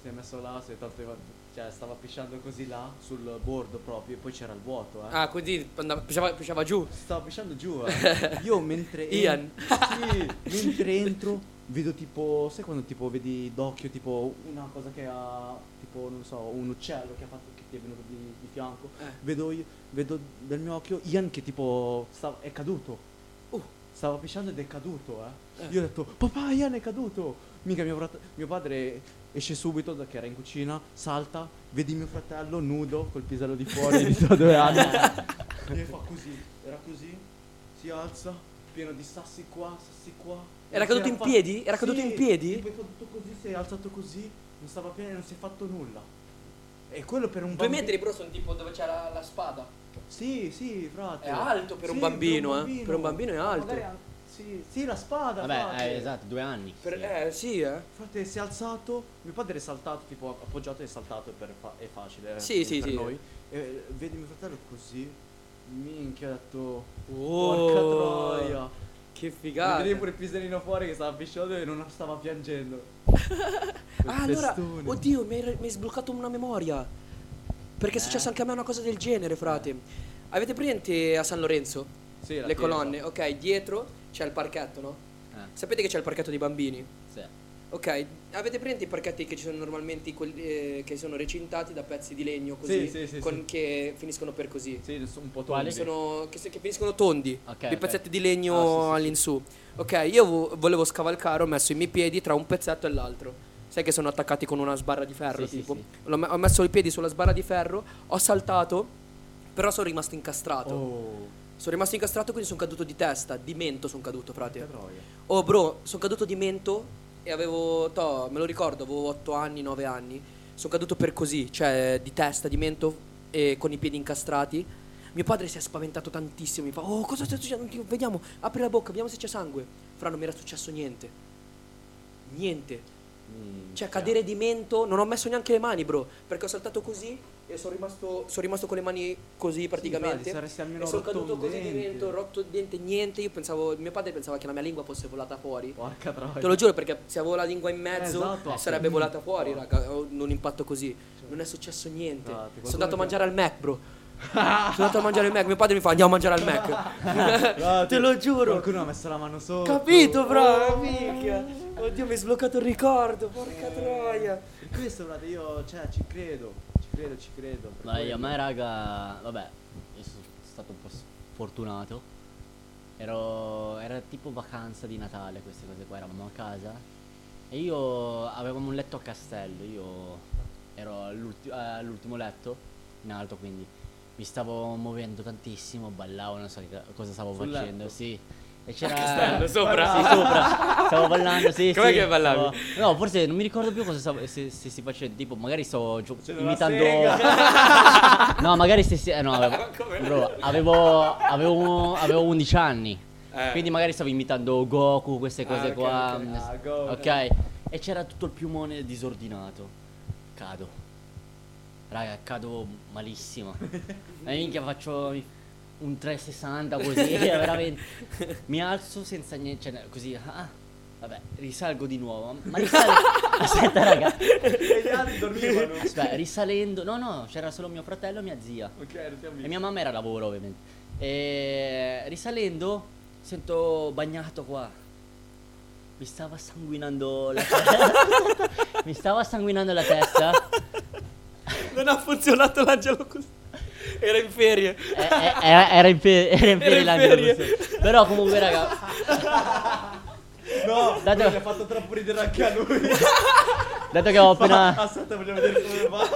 C: Si è messo là, si è tolto i guant- cioè stava pisciando così là sul bordo proprio e poi c'era il vuoto, eh.
B: Ah, quindi andava- pisciava, pisciava giù.
C: Stavo pisciando giù, eh. Io mentre en-
B: Ian.
C: sì, mentre entro vedo tipo, sai quando tipo vedi d'occhio tipo una cosa che ha tipo non so, un uccello che ha fatto che ti è venuto di, di fianco.
B: Eh.
C: Vedo io, vedo dal mio occhio Ian che tipo sta- è caduto.
B: Uh,
C: Stava pisciando ed è caduto, eh.
B: Eh.
C: Io ho detto, papà, Ian è caduto. Mica mio, frat- mio padre esce subito da che era in cucina, salta, vedi mio fratello nudo col pisello di fuori di solo due anni. e fa così, era così, si alza, pieno di sassi qua, sassi qua.
B: Era caduto in piedi? Era caduto in piedi?
C: Poi è caduto così, si è alzato così, non stava pieno e non si è fatto nulla. E quello per un
B: Due
C: bambi-
B: metri, bro, sono tipo dove c'era la spada.
C: Sì, sì, frate.
B: È alto per un bambino, eh. Per un bambino è alto.
C: Magari an- Sì, sì, la spada.
A: vabbè
C: frate.
A: eh, esatto due anni
B: Per,
A: sì.
B: Eh, sì, eh.
C: Frate, si è alzato, mio padre è saltato, tipo appoggiato e saltato, è, per fa- è facile. eh,
B: Sì, sì,
C: per
B: sì.
C: noi. E vedi mio fratello così, minchia, ho detto,
B: Oh.
C: porca troia.
B: Che
C: Gata.
B: figata.
C: Vedi pure il piselino fuori che stava pisciando e non stava piangendo.
B: Ah, allora,
C: Testone.
B: oddio, mi hai, re- mi hai sbloccato una memoria. Perché è successo anche a me una cosa del genere, frate. Avete presente a San Lorenzo?
C: Sì, la
B: Le
C: chiesa.
B: colonne, ok, dietro c'è il parchetto, no?
A: Eh,
B: Sapete che c'è il parchetto dei bambini?
A: sì.
B: Ok, avete presente i parchetti che ci sono normalmente quelli eh, che sono recintati da pezzi di legno
C: Sì,
B: così?
C: sì, sì,
B: con-
C: sì.
B: Che finiscono per così.
C: Sì, sono un po'
A: Quali
C: tondi.
A: Sì.
B: sono, che, se- che finiscono tondi,
A: Ok,
B: dei
A: ok.
B: pezzetti di legno
C: Ah, sì, sì, sì.
B: all'insù. Ok, io vo- volevo scavalcare, ho messo i miei piedi tra un pezzetto e l'altro. Sai che sono attaccati con una sbarra di ferro,
A: Sì, sì,
B: tipo.
A: sì.
B: L'ho me- ho messo i piedi sulla sbarra di ferro, ho saltato, però sono rimasto incastrato.
C: Oh,
B: Sono rimasto incastrato, quindi sono caduto di testa, di mento sono caduto,
C: che
B: frate.
C: troia.
B: Oh bro, sono caduto di mento e avevo, to, me lo ricordo, avevo 8 anni, 9 anni. Sono caduto per così, cioè di testa, di mento e con i piedi incastrati. Mio padre si è spaventato tantissimo, mi fa "Oh, cosa sta succedendo? Dico, Vediamo, apri la bocca, vediamo se c'è sangue". Fra non mi era successo niente. Niente.
C: Mm,
B: Cioè, cadere di mento, non ho messo neanche le mani, bro, perché ho saltato così e sono rimasto, sono rimasto con le mani così praticamente.
C: dai, saresti almeno
B: e sono
C: rotto un
B: caduto così di
C: dente.
B: mento, rotto il dente, niente. Io pensavo, mio padre pensava che la mia lingua fosse volata fuori.
C: Porca troia.
B: Te lo giuro perché se avevo la lingua in mezzo
C: Eh, esatto,
B: sarebbe
C: appunto.
B: volata fuori, raga, ho un impatto così. Non è successo niente.
C: Esatto,
B: sono
C: qualcuno
B: andato a
C: che-
B: mangiare al Mac, bro. sono andato a mangiare al Mac, mio padre mi fa andiamo a mangiare al Mac.
C: Guarda,
B: Te lo giuro.
C: Qualcuno ha messo la mano Oh, sopra.
B: Capito, bro? Minchia. Oddio, mi hai sbloccato il ricordo, porca troia.
C: Per questo, frate, io cioè, ci credo. Ci credo, ci credo. per
A: Ma io, a
C: quello.
A: me, raga, vabbè, io sono stato un po' sfortunato. Ero, era tipo vacanza di Natale, queste cose qua, eravamo a casa. E io avevamo un letto a castello, io ero all'ulti- eh, all'ultimo letto, in alto quindi. Mi stavo muovendo tantissimo, ballavo, non so che ca- cosa stavo
C: Sul
A: facendo,
C: letto?
A: sì. E c'era...
B: castello, sopra?
A: Sì, sopra. Stavo ballando, sì,
B: Com'è
A: sì,
B: che ballavi?
A: stavo- No, forse non mi ricordo più cosa stavo... Se, se si faceva, tipo, magari stavo gio-
C: C'era la
A: imitando...
C: sega.
A: No, magari se si... eh, no, avevo, bro, avevo, avevo, avevo 11 anni. Quindi magari stavo imitando Goku, queste cose
B: Eh. Ah, ok,
A: qua.
B: ok.
A: mm,
C: Ah, Goku.
A: ok. E c'era tutto il piumone disordinato. Cado. Raga, cado malissimo. E minchia faccio un 360 così, eh, veramente. Mi alzo senza niente, cioè, così. ah, vabbè, risalgo di nuovo. Ma risale... Aspetta, raga.
C: E gli altri dormivano.
A: Aspetta, risalendo. No, no, c'era solo mio fratello e mia zia.
C: ok, non ti ho
A: E
C: visto.
A: mia mamma era a lavoro, ovviamente. E risalendo, sento bagnato qua. Mi stava sanguinando la testa. Mi stava sanguinando la testa.
B: Non ha funzionato l'angelo così. Era in ferie.
A: E- e- era, era in fe- era in
B: Era
A: ferie
B: in
A: l'angelo.
B: ferie.
A: questo. Però comunque, raga,
C: No,
A: Dato-
C: mi ha fatto troppo ridere anche a lui.
A: dato che ho appena.
C: Ma- Aspetta, vogliamo vedere come va.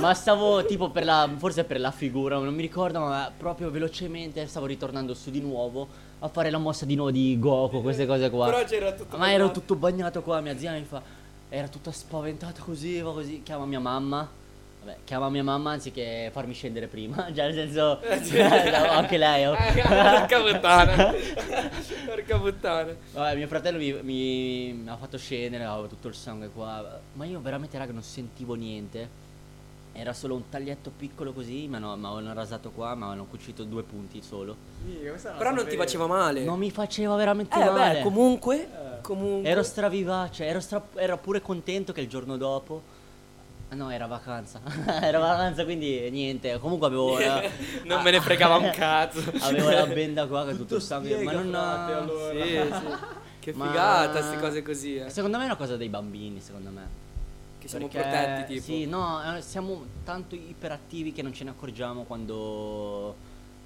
A: Ma stavo tipo per la. forse per la figura, non mi ricordo, ma proprio velocemente stavo ritornando su di nuovo a fare la mossa di nuovo di Goku, queste cose qua.
B: Però c'era tutto
A: Ma ero
B: bagnato.
A: tutto bagnato qua, mia zia mi fa. Era tutta spaventata così, va così, chiama mia mamma. Vabbè, chiama mia mamma anziché farmi scendere prima, già nel senso. anche lei. oh.
B: Eh, Porca puttana. Porca puttana.
A: Vabbè, mio fratello mi, mi- mi ha fatto scendere, avevo tutto il sangue qua, ma io veramente raga non sentivo niente. Era solo un taglietto piccolo così, ma no, mi avevano rasato qua, mi avevano cucito due punti solo.
C: Mica, questa
B: Però non ti
C: sapevo.
B: faceva male.
A: Non mi faceva veramente
B: eh,
A: male. Eh.
B: beh, comunque. Comunque.
A: Ero stravivace, ero, stra- ero pure contento che il giorno dopo... Ah, No, era vacanza. era vacanza, quindi niente. Comunque avevo... la-
B: non me ne fregava un cazzo.
A: avevo la benda qua con tutto,
C: Tutto
A: il sangue.
C: spiega,
A: ma non...
C: frate, allora.
B: Sì, sì. Che
A: Ma-
B: figata, queste cose così. Eh.
A: Secondo me è una cosa dei bambini, secondo me.
B: Che siamo
A: Perché-
B: protetti, tipo.
A: Sì, no, eh, siamo tanto iperattivi che non ce ne accorgiamo quando,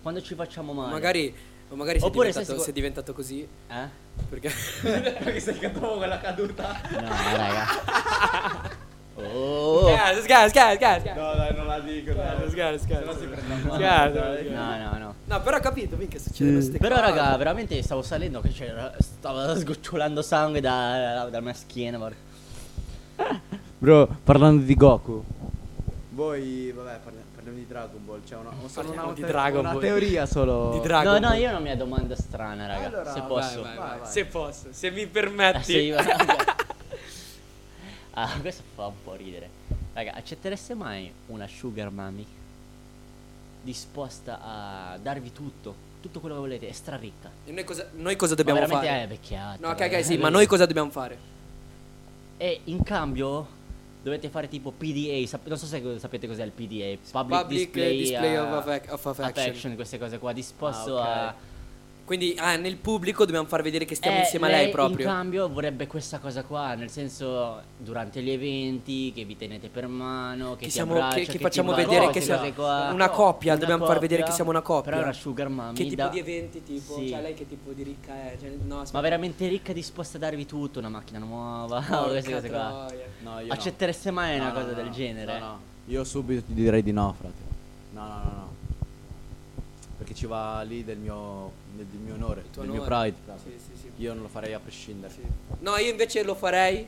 A: quando ci facciamo male.
B: Magari. O magari sei
A: eh. Oppure
B: diventato,
A: se si-
B: sei diventato così.
A: Eh?
B: Perché.
C: Perché sei caduto con la caduta.
A: No, raga. Oh.
B: Scherzo, scherzo, scherzo, scherzo.
C: No, dai, non la dico.
B: Scherzo,
C: dai.
B: scherzo,
C: Se no si
B: scherzo.
C: prende a mano,
B: Scherzo,
C: dai.
B: scherzo.
A: No, no, no.
B: No, però ho capito, minchia, succedono queste
A: Mm. Però,
B: cose.
A: raga, veramente stavo salendo che c'era. Stava sgocciolando sangue da, da mia schiena. guarda.
C: Bro, parlando di Goku. Voi, vabbè, parli- parliamo di Dragon Ball. C'è una, ho solo
B: Parliamo
C: una,
B: di
C: te-
B: Dragon
C: una
B: Ball.
C: teoria solo.
B: Di Dragon
A: no, no,
B: Ball.
A: io ho una mia domanda strana, raga.
C: Allora,
A: se
C: vai,
A: posso.
B: Vai, vai,
C: Vai,
B: vai.
C: vai.
B: Se posso, se mi
A: Ah,
B: permetti.
A: sì, raga. Ah, questo fa un po' ridere. Raga, accettereste mai una sugar mommy disposta a darvi tutto, tutto quello che volete, è straricca?
B: E noi cosa, noi cosa dobbiamo
A: ma veramente eh,
B: fare?
A: è Eh, vecchiata.
B: No, ok,
A: raga.
B: ok, sì, ma noi cosa dobbiamo fare?
A: E in cambio dovete fare tipo PDA, sap- non so se co- sapete cos'è il PDA, Public, uh,
B: Public, eh, display of affec- of affection.
A: affection, queste cose qua, disposto
C: Ah, ok.
A: a
B: Quindi ah, nel pubblico dobbiamo far vedere che stiamo
A: Eh,
B: insieme a lei,
A: In
B: proprio.
A: cambio vorrebbe questa cosa qua, nel senso durante gli eventi che vi tenete per mano, che,
B: Che
A: ti
B: siamo-
A: abbraccia,
B: che- che facciamo
A: ti bacia,
C: vedere che
A: queste
C: siamo
A: cose qua.
B: una coppia, dobbiamo far vedere che siamo una coppia.
A: Però è una sugar mommy
B: Che tipo
A: da-
B: di eventi tipo?
A: Sì.
B: Cioè lei che tipo di ricca è? Cioè, no, aspetta.
A: Ma veramente ricca disposta a darvi tutto, una macchina nuova,
B: Porca
A: queste cose qua.
B: troia.
C: No, io no.
A: Accettereste mai una
C: No, no,
A: cosa
C: no,
A: del
C: no.
A: genere?
C: No, no. Io subito ti direi di no, frate. No, no, no, no. Perché ci va lì del mio, del, del mio onore,
B: Il tuo
C: del mio
B: onore.
C: pride. frate.
B: Sì, sì, sì.
C: Io non lo farei a prescindere.
B: Sì. No, io invece lo farei.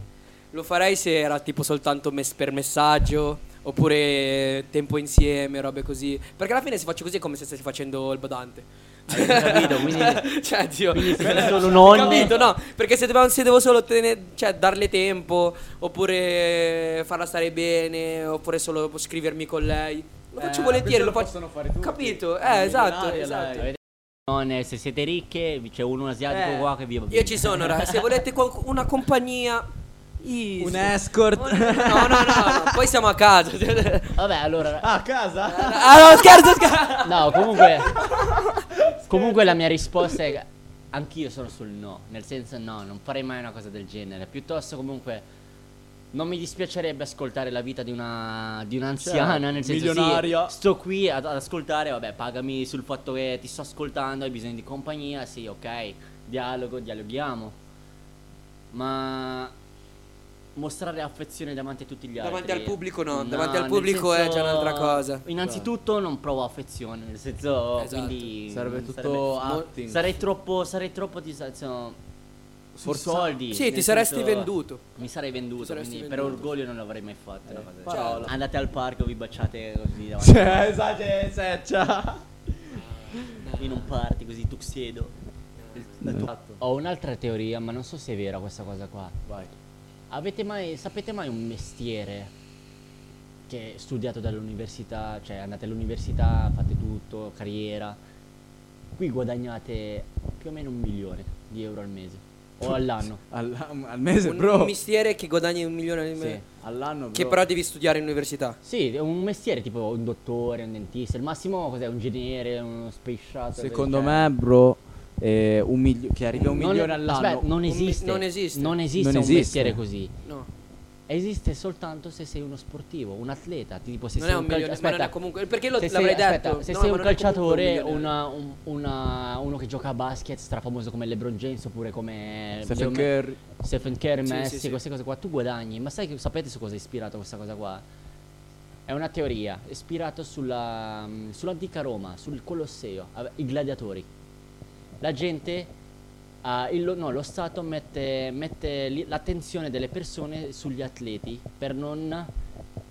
B: Lo farei se era tipo soltanto mes- per messaggio oppure tempo insieme, robe così. Perché alla fine se faccio così è come se stessi facendo il badante.
A: Ah, capito, quindi-
B: cioè, zio,
A: quindi se sei solo un nonno-
B: Capito, no? Perché se, dovevo- se devo solo tene- cioè, darle tempo oppure farla stare bene oppure solo scrivermi con lei. Lo faccio
C: Eh,
B: volentieri,
C: questo
B: lo faccio.
C: lo possono fare tutti.
B: Capito?
C: Sono
B: Eh, esatto,
C: milionari,
B: esatto.
C: lei.
A: Avete- non- se siete ricche, c'è uno asiatico
B: Eh,
A: qua che vi
B: Io ci sono, raga. Se volete qual- una compagnia. easy.
C: Un escort.
B: No, no, no, no, Poi siamo a casa.
A: Vabbè, allora
C: Ah, a casa?
B: Ah, no, scherzo, scherzo.
A: No, comunque. comunque la mia risposta è. che Anch'io sono sul no. Nel senso, no, non farei mai una cosa del genere. Piuttosto, comunque. Non mi dispiacerebbe ascoltare la vita di una di un'anziana,
C: Certo,
A: nel senso
C: milionaria.
A: sì, sto qui ad, ad ascoltare, vabbè, pagami sul fatto che ti sto ascoltando, hai bisogno di compagnia, sì, ok, dialogo, dialoghiamo. Ma mostrare affezione davanti a tutti gli altri.
B: Davanti al pubblico no,
A: No,
B: davanti al
A: nel
B: pubblico è
A: senso-
B: già un'altra cosa.
A: Innanzitutto non provo affezione, nel senso
B: Esatto.
A: quindi
C: Sarebbe
A: non
C: tutto
A: sarebbe-
C: acting.
A: Sarei troppo sarei troppo dis- insomma, sui
C: Forza-
A: soldi.
B: Sì,
A: nel
B: ti saresti
A: senso-
B: venduto.
A: Mi sarei venduto,
B: Ti saresti
A: quindi per
B: venduto.
A: orgoglio non l'avrei mai fatto
C: Eh,
A: una cosa del
C: parola.
A: genere. Andate al parco, vi baciate così davanti
C: Cioè, esagera, esagera.
A: in un party così tuxedo.
C: Eh, esatto.
A: Ho un'altra teoria, ma non so se è vera questa cosa qua.
C: Vai.
A: Avete mai, sapete mai un mestiere che è studiato dall'università, cioè andate all'università, fate tutto, carriera, qui guadagnate più o meno un milione di euro al mese
C: Cioè,
A: o all'anno.
C: Al, al mese,
B: Un,
C: bro.
B: un mestiere che guadagni un milione di
A: Sì.
B: me.
C: All'anno, bro.
B: Che però devi studiare in università.
A: Sì, è un mestiere tipo un dottore, un dentista, il massimo cos'è? Un ingegnere, uno space shuttle,
C: Secondo
A: cioè-
C: me, bro, eh, un milio- che arrivi a un
A: Non-
C: milione all'anno.
A: aspetta, non
B: mi-
A: esiste.
B: non esiste.
A: Non esiste
C: Non
A: un
C: esiste.
A: mestiere così.
B: No.
A: Esiste soltanto se sei uno sportivo, un atleta, tipo se
B: Non
A: sei
B: è un
A: calci-
B: milione, ma non è
A: aspetta,
B: comunque- perché lo-
A: se
B: l'avrei
A: sei, aspetta,
B: detto?
A: se
B: No,
A: sei
B: ma
A: un
B: non è comunque un
A: calciatore,
B: milione.
A: una- un- una- uno che gioca a basket strafamoso come LeBron James oppure come
C: Stephen
A: Leo-
C: Curry.
A: Stephen Curry,
B: Sì,
A: Messi,
B: sì, sì.
A: queste cose qua, tu guadagni, ma sai che sapete su cosa è ispirata questa cosa qua? È una teoria, è ispirato sulla, mh, sull'antica Roma, sul Colosseo, ave- i gladiatori. La gente, ah, il- no, lo Stato mette, mette lì l'attenzione delle persone sugli atleti per non,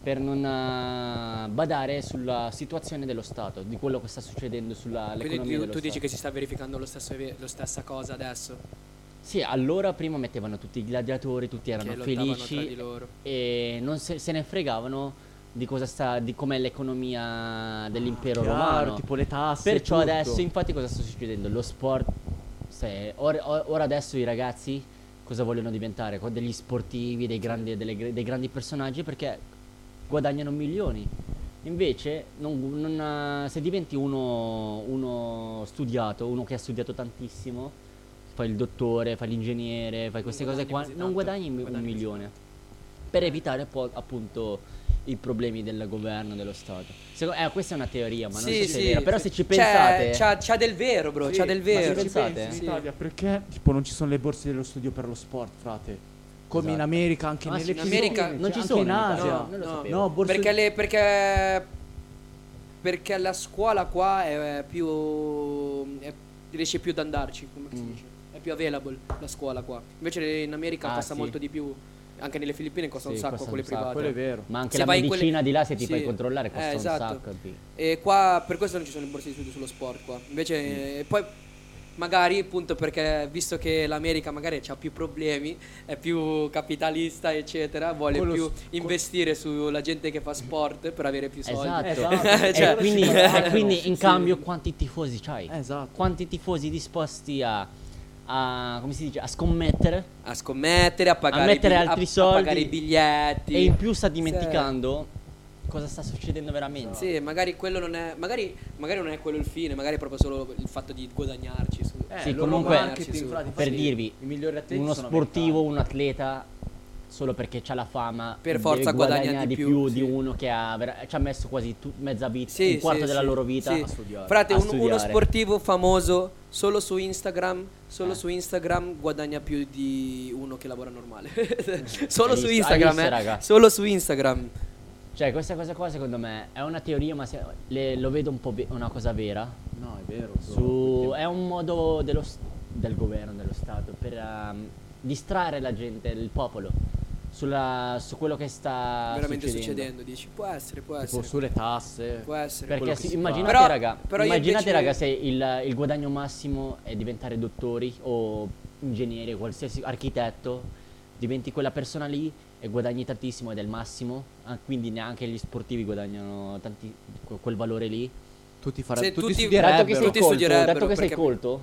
A: per non, ah, badare sulla situazione dello Stato, di quello che sta succedendo sulla
B: Quindi
A: l'economia
B: tu- tu,
A: dello
B: dici
A: Stato.
B: che si sta verificando lo stesso eve- lo stessa cosa adesso.
A: Sì, allora prima mettevano tutti i gladiatori, tutti erano
B: che lottavano tra di
A: felici
B: loro.
A: e non se, se ne fregavano di cosa sta, di com'è l'economia dell'impero
C: Chiaro,
A: romano.
C: tipo le tasse.
A: Perciò
C: tutto.
A: adesso, infatti, cosa sta succedendo? Lo sport. se- or- or- ora adesso i ragazzi cosa vogliono diventare? Co- Degli sportivi, dei grandi, delle gr- dei grandi personaggi perché guadagnano milioni. Invece, non- non, eh, se diventi uno, uno studiato, uno che ha studiato tantissimo, fai il dottore, fai l'ingegnere, fai queste cose
B: guadagni
A: qua,
B: così
A: non
B: tanto,
A: guadagni un- un
B: guadagni così
A: milione. Per evitare poi, appunto i problemi del governo, dello Stato. Seco- eh, questa è una teoria, ma non so se è vera. Però se ci
B: C'è-
A: pensate...
B: c'ha, c'ha del vero, bro.
C: Sì,
B: c'ha Cioè, del
C: ma
B: vero.
C: se ci
A: Pensate?
C: pensi in
B: Sì.
C: Italia perché tipo non ci sono le borse dello studio per lo sport, frate? Come in
A: Esatto.
C: America, anche
A: Ma sì,
C: nelle
A: in
C: Filippine,
B: America-
C: cioè,
A: non ci
C: anche
A: sono
C: in
A: in Italia.
C: Asia.
B: No,
A: non lo
B: no.
A: sapevo.
C: No, borse
B: Perché, le- perché- perché la scuola qua è più. è- riesce più ad andarci, come
A: Mm.
B: si dice? È più available la scuola qua. Invece in America
A: Ah,
B: costa
A: sì.
B: molto di più. Anche nelle Filippine costa un
A: Sì,
B: sacco
A: costa
B: quelle
A: un sacco.
B: private.
C: Quello è vero.
A: Ma anche
B: Se
A: la
B: vai in
A: medicina
B: quelle-
A: di là, se ti
B: Sì.
A: fai controllare,
B: Eh,
A: costa
B: esatto.
A: un sacco. sì.
B: E qua per questo non ci sono le borse di studio sullo sport qua. Invece
A: Mm.
B: eh, poi magari appunto perché visto che l'America magari ha più problemi, è più capitalista eccetera, vuole
C: Quello
B: più
C: s- que-
B: investire sulla gente che fa sport per avere più soldi.
A: Esatto. E
C: Esatto.
B: Cioè,
A: quindi,
C: ci
A: e
C: guadagnano.
A: quindi in
C: Sì.
A: cambio quanti tifosi c'hai?
C: Esatto.
A: Quanti tifosi disposti a... a- come si dice? A scommettere?
B: A scommettere, a pagare,
A: a mettere
B: i, bi-
A: altri
B: a- a
A: soldi
B: pagare i biglietti.
A: E in più sta
B: Sì.
A: dimenticando cosa sta succedendo veramente.
B: Sì, magari quello non è. Magari, magari non è quello il fine, magari è proprio solo il fatto di guadagnarci su-
C: Eh,
A: Sì,
C: loro
A: comunque,
C: marketing,
B: per
C: frati,
A: per
C: infatti
A: dirvi,
C: i migliori atleti
A: uno
C: sono
A: sportivo,
C: americani.
A: un atleta, solo perché ha la fama,
B: Per
A: deve
B: forza guadagna di
A: di
B: più,
A: più,
B: sì.
A: di uno che ha, vera- ci ha messo quasi tu- mezza vita,
B: Sì,
A: un quarto
B: sì,
A: della
B: sì,
A: loro vita
B: sì.
A: a studiare.
B: Frate,
A: a
B: un- uno
A: studiare.
B: sportivo famoso solo su Instagram, solo
A: Eh.
B: su Instagram guadagna più di uno che lavora normale. solo
A: Hai visto-
B: su
A: hai
B: Instagram,
A: visto,
B: eh.
A: raga?
B: Solo su Instagram.
A: Cioè, questa cosa qua secondo me è una teoria, ma se- le- lo vedo un po' be- una cosa vera.
C: No, è vero.
A: Su- è un modo dello s- del governo, dello Stato, per ehm, distrarre la gente, il popolo, sulla- su quello che sta
B: Veramente
A: Ah, succedendo.
B: succedendo, dici, può essere, può
C: Tipo
B: essere.
C: sulle tasse.
B: Può essere.
C: quello
A: Perché
C: che
A: sì,
C: si fa.
A: immaginate,
B: Però-
A: raga,
B: però io
A: immaginate,
B: invece-
A: raga, se il, il guadagno massimo è diventare dottori o ingegneri o qualsiasi architetto, diventi quella persona lì e guadagni tantissimo ed è il massimo, ah, quindi neanche gli sportivi guadagnano tanti, que- quel valore lì.
C: Tutti, fare,
B: Se
C: tutti,
B: tutti-
C: studierebbero.
A: dato che sei
B: Tutti
A: colto,
B: studierebbero,
A: dato che sei
B: perché-
A: colto,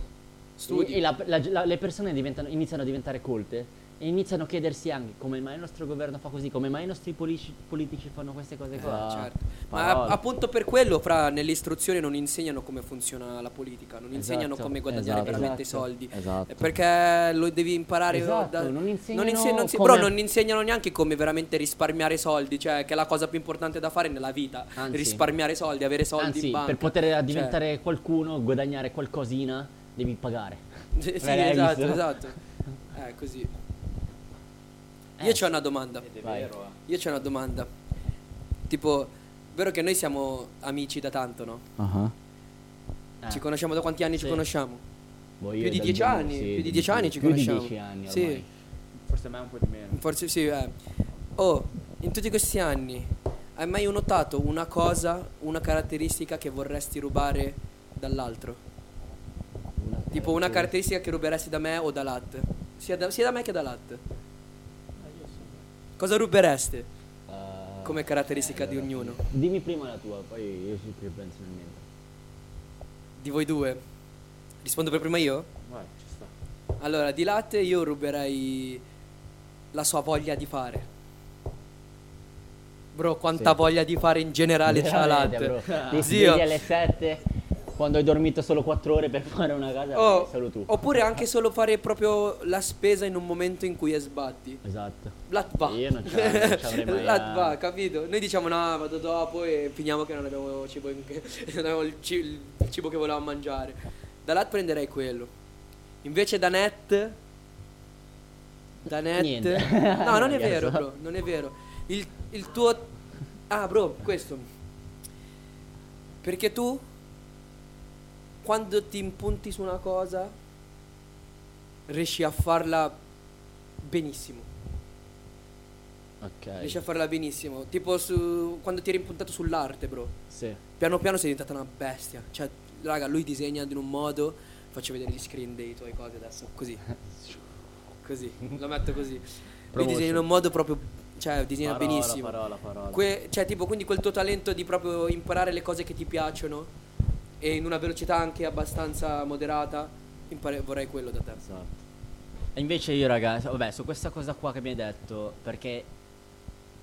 B: Studi.
A: e- e la- la- la- le persone diventano- iniziano a diventare colte e iniziano a chiedersi anche come mai il nostro governo fa così, come mai i nostri polici- politici fanno queste cose
B: Eh,
A: qua.
B: certo. Ma
A: Parole.
B: appunto per quello, fra nell'istruzione non insegnano come funziona la politica, non insegnano
A: Esatto,
B: come guadagnare
A: esatto.
B: veramente
A: Esatto,
B: soldi.
C: esatto.
B: Eh, Perché lo devi imparare
A: Esatto,
B: da-
A: non insegnano
B: inse- non si-
A: come-
B: Però non insegnano neanche come veramente risparmiare soldi Cioè che è la cosa più importante da fare nella vita
A: Anzi.
B: Risparmiare soldi, avere soldi
A: Anzi,
B: in banca
A: Ah, per poter
B: Cioè,
A: diventare qualcuno, guadagnare qualcosina, devi pagare.
B: Sì,
A: Beh, l'hai
B: esatto,
A: visto?
B: esatto Eh, così
A: Eh,
B: Io c'ho una domanda
A: è Vai. vero, eh.
B: Io c'ho una domanda Tipo, vero che noi siamo amici da tanto, no?
A: Eh,
B: Ci conosciamo da quanti anni ci
A: Sì.
B: conosciamo?
A: boh, io
B: Più di
A: dal-
B: dieci anni,
A: sì,
B: più di dieci anni ci
A: più
B: conosciamo.
A: di dieci anni
B: Sì.
A: ormai.
C: Forse mai un po' di meno.
B: Forse sì, eh. Oh, in tutti questi anni hai mai notato una cosa, una caratteristica che vorresti rubare dall'altro? Tipo una caratteristica che ruberesti da me o da Lat? Sia da, sia da me che da Lat. Cosa rubereste
A: Eh,
B: come caratteristica
A: eh,
B: di
A: allora,
B: ognuno?
A: Dimmi prima la tua, poi io ci ci penso nel mente.
B: Di voi due? Rispondo per prima io?
C: Vai, ci sta.
B: Allora, di Lat io ruberei la sua voglia di fare. Bro, quanta
A: Sì.
B: voglia di fare in generale c'ha Lat.
A: Veramente, bro. Ti
B: Zio.
A: svegli alle 7 quando hai dormito solo 4 ore per fare una casa,
B: Oh,
A: solo tu.
B: Oppure anche solo fare proprio la spesa in un momento in cui è sbatti.
A: Esatto.
B: Lat va.
A: Io non ci avrei- non ci avrei mai eh.
B: Lat
A: a-
B: va, capito? Noi diciamo no, vado dopo e finiamo che non abbiamo cibo, in- che non abbiamo il, ci- il cibo che volevamo mangiare. Da Lat prenderei quello. Invece da Net... Da Net...
A: Niente.
B: No, non
A: Ragazzo.
B: è vero, bro. Non è vero. Il, il tuo... Ah, bro, questo. Perché tu, quando ti impunti su una cosa, riesci a farla benissimo.
A: Ok.
B: Riesci a farla benissimo. Tipo su, quando ti eri impuntato sull'arte, bro.
A: Sì.
B: Piano piano sei diventata una bestia. Cioè, raga, lui disegna in un modo. Faccio vedere gli screen dei tuoi cose adesso. Così. Così. Lo metto così. Lui
A: Promotion.
B: disegna in un modo proprio. Cioè, disegna
C: Parola,
B: benissimo.
C: parola, parola.
B: Que- cioè, tipo, quindi quel tuo talento di proprio imparare le cose che ti piacciono. E in una velocità anche abbastanza moderata. impare- vorrei quello da te.
C: Esatto.
A: E invece io ragazzi, vabbè, su questa cosa qua che mi hai detto, perché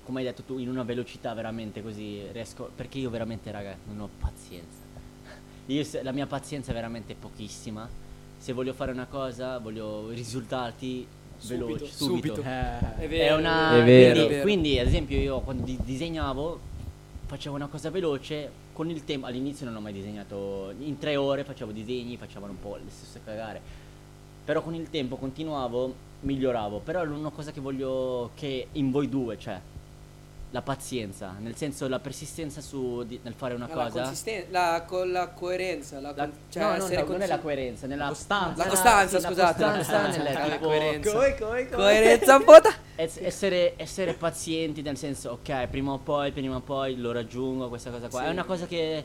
A: come hai detto tu in una velocità veramente così riesco, perché io veramente raga non ho pazienza. Io se- la mia pazienza è veramente pochissima. Se voglio fare una cosa, voglio risultati
B: Subito,
A: veloci,
B: subito.
A: subito.
C: Eh,
A: È una
C: È vero.
A: Quindi,
C: È
B: vero.
A: quindi, ad esempio io quando di- disegnavo facevo una cosa veloce con il tempo all'inizio non ho mai disegnato in tre ore facevo disegni facevano un po' le stesse cagare però con il tempo continuavo miglioravo però è una cosa che voglio che in voi due c'è la pazienza nel senso la persistenza su di- nel fare una
B: Ma La,
A: cosa
B: consisten- la, co- la coerenza, la,
A: La-
B: con- cioè
A: no, no,
B: essere
A: no, non è la
B: consi-
A: coerenza, nella
C: costanza.
B: La
A: Ah,
B: costanza,
A: sì, la
B: scusate, la
A: costanza
B: costanza, cioè,
A: nella-
B: la
A: tipo-
B: coerenza.
C: Come, come, come?
B: Coerenza un po' da-
A: Es- essere, essere pazienti nel senso ok prima o poi prima o poi lo raggiungo questa cosa qua
B: Sì.
A: è una cosa che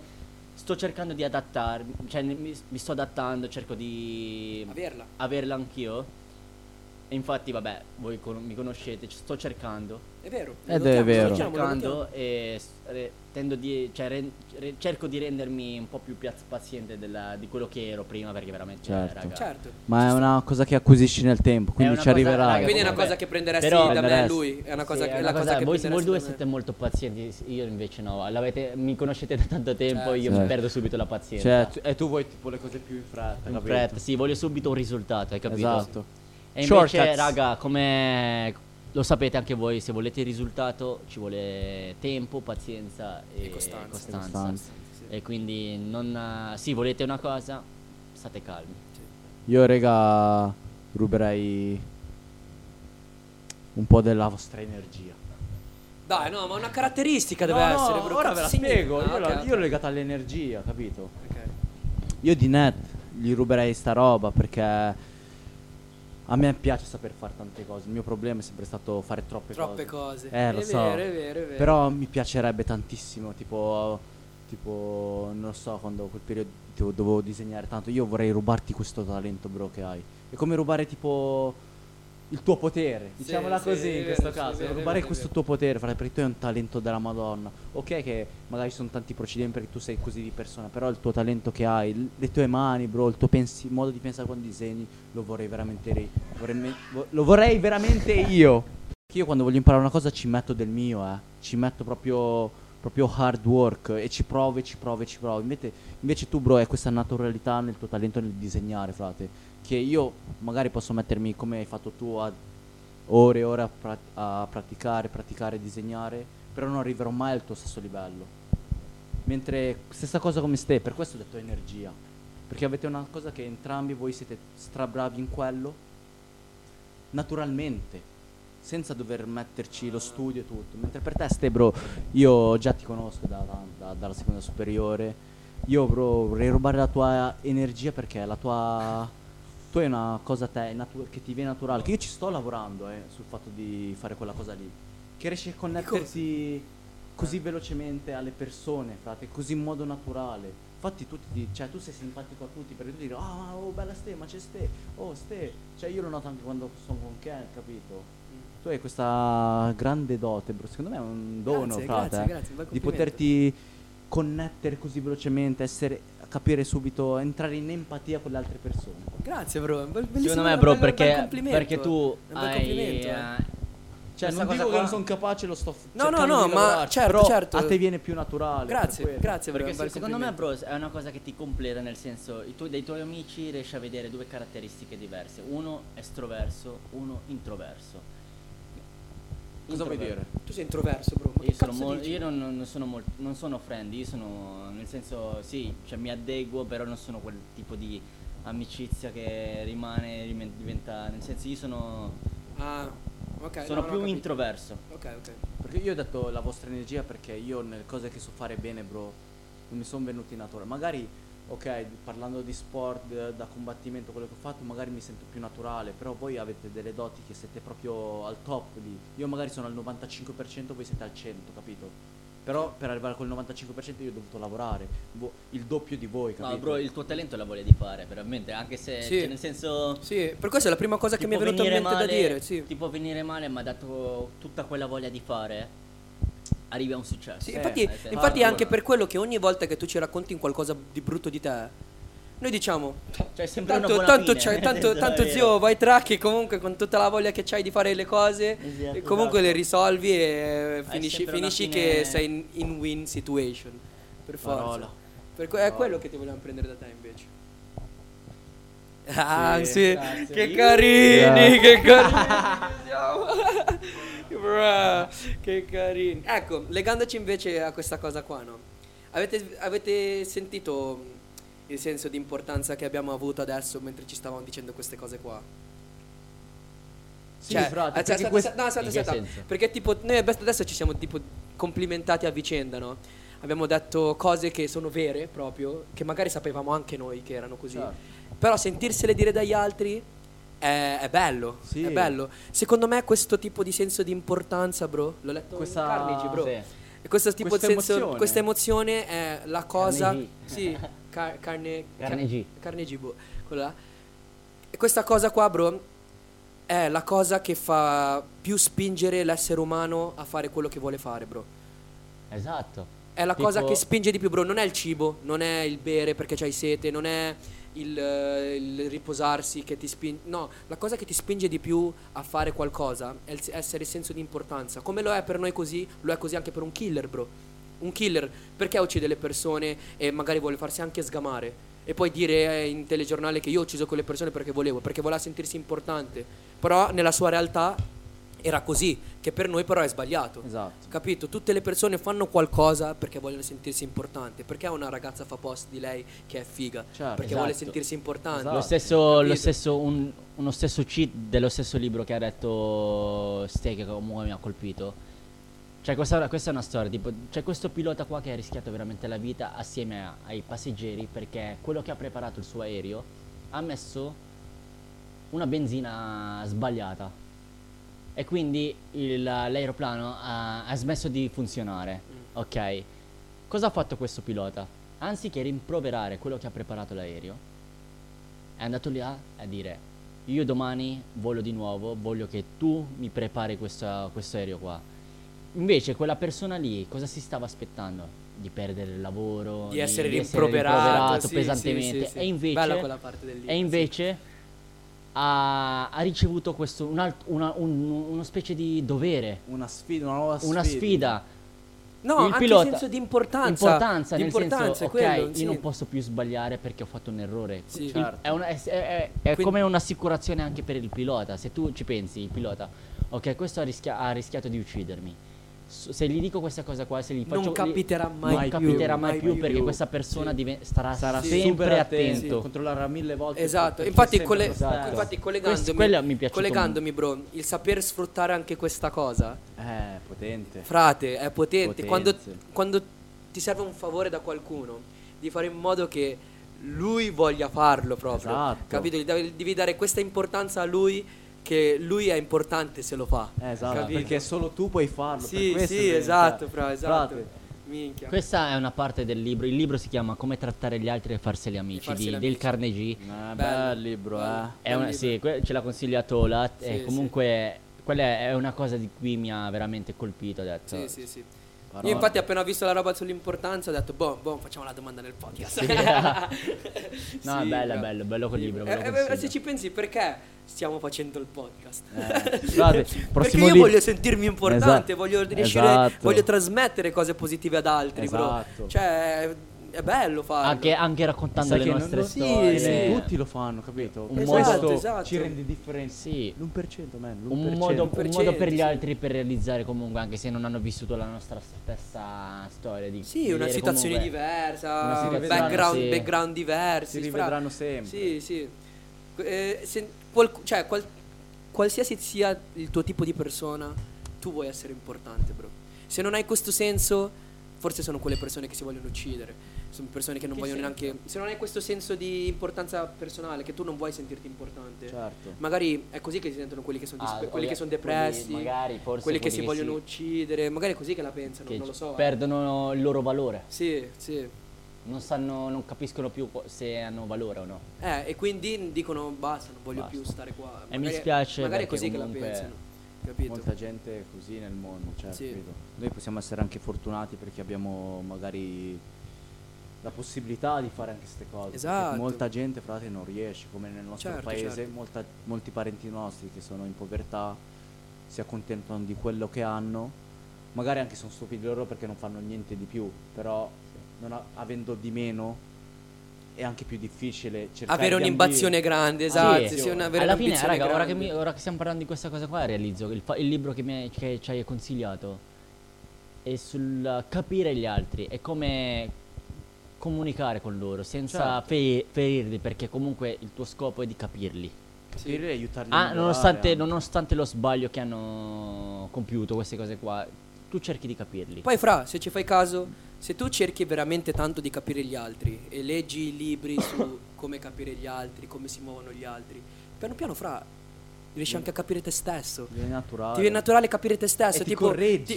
A: sto cercando di adattarmi cioè ne- mi, mi sto adattando cerco di
B: Averla.
A: averla anch'io e E infatti, vabbè, voi con- mi conoscete, ci sto cercando.
B: È vero.
D: Ed
B: lo
D: è
B: notiamo,
D: vero.
B: lo diciamo.
A: Sto
B: notiamo, lo
A: cercando
B: notiamo.
A: e s- re- tendo di, cioè, ren- re- cerco di rendermi un po' più piaz- paziente della- di quello che ero prima, perché veramente,
D: Certo.
A: raga,
B: Certo.
D: Ma è una cosa che acquisisci nel tempo, quindi
A: una
D: ci
A: cosa-
D: arriverai.
A: raga,
B: Quindi è una
A: comunque-
B: cosa che prenderesti
A: Però-
B: da me
D: Prenderesti.
B: lui. È una cosa
A: Sì,
B: che
A: è
B: la
A: una
B: cosa che
A: voi,
B: prenderesti
A: voi due
B: da me.
A: siete molto pazienti, io invece no. L'avete- mi conoscete da tanto tempo,
B: Certo.
A: io
D: Certo.
A: perdo subito la pazienza.
D: Cioè, tu-
C: E tu vuoi tipo le cose più in fretta,
A: In
C: capito?
A: fretta, sì, voglio subito un risultato, hai capito?
D: esatto.
A: E invece,
D: Shortcuts.
A: raga, come lo sapete anche voi, se volete il risultato ci vuole tempo, pazienza e,
B: E costanza.
A: costanza.
D: E costanza.
B: Sì.
A: E quindi non... eh, sì, volete una cosa, state calmi.
D: Io, raga, ruberei un po' della vostra energia.
B: Dai, no, ma una caratteristica deve
C: No, no,
B: essere, bro.
C: ora
B: Cazzo
C: ve la
B: significa?
C: spiego,
B: Ah,
C: io, la-
B: ok,
C: io l'ho
B: ok.
C: legata all'energia, capito?
B: Ok.
D: Io di net gli ruberei sta roba perché a me piace saper fare tante cose. Il mio problema è sempre stato fare troppe,
B: Troppe cose.
D: Eh, lo
B: È
D: so.
B: vero, è vero, è vero.
D: Però mi piacerebbe tantissimo, tipo tipo non lo so, quando quel periodo tipo, dovevo disegnare tanto, io vorrei rubarti questo talento, bro, che hai. È come rubare tipo il tuo potere,
B: Sì,
D: diciamola
B: sì,
D: così
B: è vero,
D: in questo
B: sì, è
D: caso,
B: vero, è
D: Esatto, rubare
B: vero, è
D: questo
B: vero.
D: tuo potere, frate, perché tu hai un talento della Madonna. Ok che magari ci sono tanti procedimenti perché tu sei così di persona, però il tuo talento che hai, l- le tue mani, bro, il tuo pensi- modo di pensare quando disegni, lo vorrei veramente ri- vorrei me- vo- lo vorrei veramente io. Perché io quando voglio imparare una cosa ci metto del mio, eh. Ci metto proprio, proprio hard work e ci provo, e ci provo, e ci provo. Invece, invece tu, bro, hai questa naturalità nel tuo talento nel disegnare, frate. Che io magari posso mettermi, come hai fatto tu, a ore e ore a, pra- a praticare, praticare, disegnare, però non arriverò mai al tuo stesso livello. Mentre stessa cosa come ste, per questo ho detto energia. Perché avete una cosa che entrambi voi siete strabravi in quello, naturalmente, senza dover metterci lo studio e tutto. Mentre per te, ste, bro, io già ti conosco da- da- da- dalla seconda superiore. Io, bro, vorrei rubare la tua energia perché la tua. Tu hai una cosa a te natu- che ti viene naturale. Che io ci sto lavorando eh, sul fatto di fare quella cosa lì. Che riesci a connetterti così velocemente alle persone, frate, così in modo naturale. Infatti tu, ti di- cioè, tu sei simpatico a tutti perché tu dici, ah, ma- oh, bella Ste, ma c'è Ste, oh, Ste. Cioè io lo noto anche quando sono con Ken, capito? Tu hai questa grande dote, bro. Secondo me è un dono,
B: Grazie,
D: frate.
B: grazie,
D: eh,
B: grazie, un bel
D: di
B: complimento.
D: poterti connettere così velocemente, essere, capire subito, entrare in empatia con le altre persone.
B: Grazie, bro. È un bel- bellissimo,
A: Secondo
B: è
A: me,
B: un
A: bro,
B: bel- un bel
A: perché,
B: complimento. eh.
A: perché tu
B: È un bel
A: hai...
B: complimento, eh.
D: Cioè,
A: Questa cosa
D: non dico
A: qua-
D: che non sono capace, lo sto f-
B: No,
D: cercando
B: no, no,
D: di
B: ma
D: lavorarci,
B: certo,
D: però
B: certo.
D: a te viene più naturale. per
B: Grazie,
D: quello.
B: grazie, bro.
A: Perché
B: è un bel
A: secondo me,
B: complimento.
A: bro, è una cosa che ti completa, nel senso, i tuoi- dai tuoi amici riesci a vedere due caratteristiche diverse. Uno estroverso, uno introverso.
D: Cosa vuoi
A: Introverso.
D: dire?
B: Tu sei introverso, bro. Ma
A: Io,
B: che
A: sono
B: cazzo
A: mol-
B: dici?
A: io non, non sono mol- non sono friendly, io sono nel senso sì, cioè mi adeguo, però non sono quel tipo di amicizia che rimane, rimen- diventa, nel senso io sono,
B: Ah, ok.
A: sono
B: no, no,
A: più
B: capito.
A: introverso.
B: Ok, ok.
D: Perché io ho detto la vostra energia perché io nelle cose che so fare bene, bro, non mi sono venuti naturale. Magari, ok, parlando di sport, eh, da combattimento, quello che ho fatto, magari mi sento più naturale, però voi avete delle doti che siete proprio al top lì. Io magari sono al 95%, voi siete al 100%, capito? Però per arrivare a quel 95% io ho dovuto lavorare, vo- il doppio di voi, capito?
A: No, bro, il tuo talento la voglia di fare, veramente, anche se
B: Sì.
A: cioè, nel senso
B: Sì, per questo è la prima cosa che
A: ti
B: mi è
A: può
B: venuta in
A: venire
B: mente da
A: male-
B: dire. Sì.
A: Ti può venire male, ma dato tutta quella voglia di fare, arrivi a un successo.
B: Sì,
A: Eh,
B: infatti,
A: nel senso-
B: infatti è anche
A: Hard
B: per quello che ogni volta che tu ci racconti un qualcosa di brutto di te, noi diciamo,
A: Cioè, sembra una
B: tanto,
A: buona
B: tanto,
A: fine,
B: c'hai-
A: nel
B: tanto-
A: senso,
B: tanto
A: è vero.
B: zio vai tra che comunque con tutta la voglia che c'hai di fare le cose,
A: Esatto,
B: e comunque le
A: esatto.
B: risolvi e finisci,
A: sempre una
B: finisci
A: fine-
B: che sei in, in win situation. Per forza.
D: Parola.
B: Per que- è quello che ti volevamo prendere da te invece. Ah, sì,
C: grazie.
B: che carini, che carini che siamo. Bruh, che carini. Ecco, legandoci invece a questa cosa qua, no? Avete, avete sentito il senso di importanza che abbiamo avuto adesso mentre ci stavamo dicendo queste cose qua?
D: Sì,
B: Cioè,
D: frate,
B: ah,
D: perché
B: cioè, aspetta,
D: questo-
B: aspetta, no, aspetta,
A: In che
B: aspetta.
A: senso?
B: Perché tipo noi adesso adesso ci siamo tipo complimentati a vicenda, no? Abbiamo detto cose che sono vere proprio, che magari sapevamo anche noi che erano così.
D: Certo.
B: Però sentirsele dire dagli altri è, è bello,
D: Sì.
B: è bello. Secondo me questo tipo di senso di importanza, bro, l'ho letto
D: Questa-
B: in Carnegie, bro.
A: sì.
B: E Questo tipo
D: Questa
B: di senso,
D: emozione.
B: questa emozione è la cosa...
A: Carnegie.
B: Sì, car- carne...
A: Carnegie.
B: Carnegie, boh, quella là. E questa cosa qua, bro, è la cosa che fa più spingere l'essere umano a fare quello che vuole fare, bro.
A: Esatto.
B: È la
A: Tipo-
B: cosa che spinge di più, bro. Non è il cibo, non è il bere perché c'hai sete, non è il, eh, il riposarsi che ti spinge. No, la cosa che ti spinge di più a fare qualcosa è il s- essere senso di importanza. Come lo è per noi così, lo è così anche per un killer, bro. Un killer perché uccide le persone e magari vuole farsi anche sgamare. E poi dire eh, in telegiornale che io ho ucciso quelle persone perché volevo, perché voleva sentirsi importante. Però nella sua realtà era così, che per noi però è sbagliato.
D: Esatto.
B: Capito? Tutte le persone fanno qualcosa perché vogliono sentirsi importanti. Perché una ragazza fa post di lei che è figa?
D: Certo.
B: perché
A: Esatto.
B: vuole sentirsi importante.
A: Lo stesso, lo stesso un- uno stesso cheat dello stesso libro che ha detto Ste che comunque mi ha colpito. Cioè, questa, questa è una storia. Tipo, c'è questo pilota qua che ha rischiato veramente la vita assieme a- ai passeggeri perché quello che ha preparato il suo aereo ha messo una benzina sbagliata. E quindi il- l'aeroplano ha, ha smesso di funzionare. Ok. Cosa ha fatto questo pilota? Anziché rimproverare quello che ha preparato l'aereo, è andato lì a, a dire io domani volo di nuovo, voglio che tu mi prepari questa- questo aereo qua. Invece quella persona lì cosa si stava aspettando? Di perdere il lavoro,
B: Di essere
A: rimproverato
B: rimproverato, sì,
A: pesantemente.
B: sì, sì, sì.
A: E invece,
B: Bella quella parte del libro,
A: e invece ha, ha ricevuto questo, un alt- una- un- uno specie di dovere,
D: Una sfida, una nuova sfida.
A: una sfida.
B: No,
A: il
B: anche
A: pilota,
B: il senso di importanza.
A: importanza,
B: Di
A: nel
B: importanza,
A: senso,
B: è quello,
A: ok,
B: sì.
A: io non posso più sbagliare perché ho fatto un errore.
B: Sì.
A: Il-
B: Certo.
A: È, una- è- è- è
B: Quindi-
A: come un'assicurazione anche per il pilota. Se tu ci pensi, il pilota, ok, questo ha, rischia- ha rischiato di uccidermi. S- Se gli dico questa cosa qua, se gli
B: Non
A: faccio
B: capiterà mai
A: non
B: più,
A: capiterà mai
B: mai
A: più
B: più.
A: perché questa persona
B: Sì.
A: diven- starà,
D: Sarà
A: sempre, attento.
D: Controllerà mille volte.
B: Esatto,
D: perché
B: infatti,
D: sempre
B: colle-
D: lo stesso.
B: infatti
A: Questo-
B: collegandomi,
A: quella mi piace
B: collegandomi, bro, il saper sfruttare anche questa cosa
D: Eh, potente.
B: Frate, è potente.
D: Potenze.
B: Quando, quando ti serve un favore da qualcuno, di fare in modo che lui voglia farlo proprio.
D: Esatto.
B: Capito? Gli devi- Devi dare questa importanza a lui, che lui è importante se lo fa.
D: Eh, esatto,
B: Capito?
D: perché solo tu puoi farlo. per
B: Sì,
D: questo
B: sì,
D: devi-
B: esatto,
D: cioè,
B: fra, esatto.
D: frate,
B: Minchia.
A: Questa è una parte del libro. Il libro si chiama Come trattare gli altri e farseli amici
B: farseli
A: di-
B: amici.
A: del Carnegie.
D: Eh,
B: Bello,
D: bel libro,
B: bello.
D: eh.
A: È una-
B: libro.
A: sì, que- ce l'ha consigliato Lat.
B: Sì,
A: e
B: sì.
A: comunque, quella è una cosa di cui mi ha veramente colpito. Ho detto.
B: Sì, sì, sì.
D: Parola.
B: Io infatti appena ho visto la roba sull'importanza ho detto, boh, boh, facciamo la domanda nel podcast.
A: No,
B: Sì,
A: è bello,
B: fra.
A: è bello, è bello quel libro. ve lo
B: Eh, eh,
A: consiglio.
B: se ci pensi, perché stiamo facendo il podcast?
D: Eh, Frate,
B: Perché
D: prossimo
B: io
D: lib-
B: voglio sentirmi importante,
D: Esatto.
B: voglio riuscire,
D: Esatto.
B: voglio trasmettere cose positive ad altri, bro.
D: Esatto.
B: Cioè, è bello farlo.
A: anche, anche raccontando
D: Sai
A: le
D: che non
A: nostre
D: lo-
A: storie.
D: sì,
B: eh.
D: sì, tutti lo fanno, capito?
A: Un
D: Questo
A: modo-
B: Esatto,
D: ci
B: esatto.
D: rende differenti.
A: Sì,
D: L'1%, man, l'1%.
A: un modo, un
B: 1%,
A: modo per gli
B: sì.
A: altri per realizzare comunque, anche se non hanno vissuto la nostra stessa storia. Di
B: Sì,
A: di
B: una
A: vedere
B: situazione
A: comunque-
B: diversa,
D: Una
B: un
D: situazione,
B: background,
A: sì.
B: background diversi.
D: Si
B: fra-
D: rivedranno sempre.
B: Sì, sì. Eh, se- qual- cioè, qual- qualsiasi sia il tuo tipo di persona, tu vuoi essere importante, bro. Se non hai questo senso, forse sono quelle persone che si vogliono uccidere. Sono persone che non vogliono neanche. Se non hai questo senso di importanza personale, che tu non vuoi sentirti importante.
D: Certo.
B: Magari è così che si sentono quelli che sono,
A: Ah,
B: dispe- quelli che sono
A: quelli-
B: depressi,
A: magari, forse
B: quelli
A: quelli
B: che si
A: che
B: vogliono
A: si-
B: uccidere, magari è così che la pensano,
A: che
B: non lo so. eh.
A: perdono il loro valore.
B: Sì, sì.
A: Non sanno, non capiscono più qu- se hanno valore o no.
B: Eh, e quindi dicono basta, non voglio
A: Basta.
B: più stare qua.
A: E mi spiace
B: Magari è
A: perché
B: così che la
A: comunque-
B: pensano. Capito?
D: Molta gente è così nel mondo, cioè,
B: Sì.
D: capito? Noi possiamo essere anche fortunati perché abbiamo magari la possibilità di fare anche queste cose. perché
B: Esatto.
D: Molta gente, frate, non riesce, come nel nostro
B: Certo,
D: paese,
B: certo.
D: molta- molti parenti nostri che sono in povertà si accontentano di quello che hanno. Magari anche sono stupidi loro perché non fanno niente di più, però non ha- avendo di meno è anche più difficile cercare
B: Avere
D: di ambire.
B: un'ambizione grande, esatto. Sì, una vera
A: Alla fine,
B: ambizione
A: raga, ora che,
B: grande.
A: mi- ora che stiamo parlando di questa cosa qua, realizzo che il, fa- il libro che, mi hai- che ci hai consigliato è sul capire gli altri e come comunicare con loro senza
B: Certo.
A: fe- ferirli, perché comunque il tuo scopo è di capirli.
D: Sì, aiutarli a
A: Ah,
D: migliorare
A: nonostante,
D: anche.
A: nonostante lo sbaglio che hanno compiuto, queste cose qua, tu cerchi di capirli.
B: Poi, fra, se ci fai caso, se tu cerchi veramente tanto di capire gli altri e leggi i libri su come capire gli altri, come si muovono gli altri, piano piano, fra,
A: Mm.
B: riesci anche a capire te stesso.
D: Viene naturale.
B: Ti viene naturale capire te stesso
D: E ti
B: tipo,
D: correggi.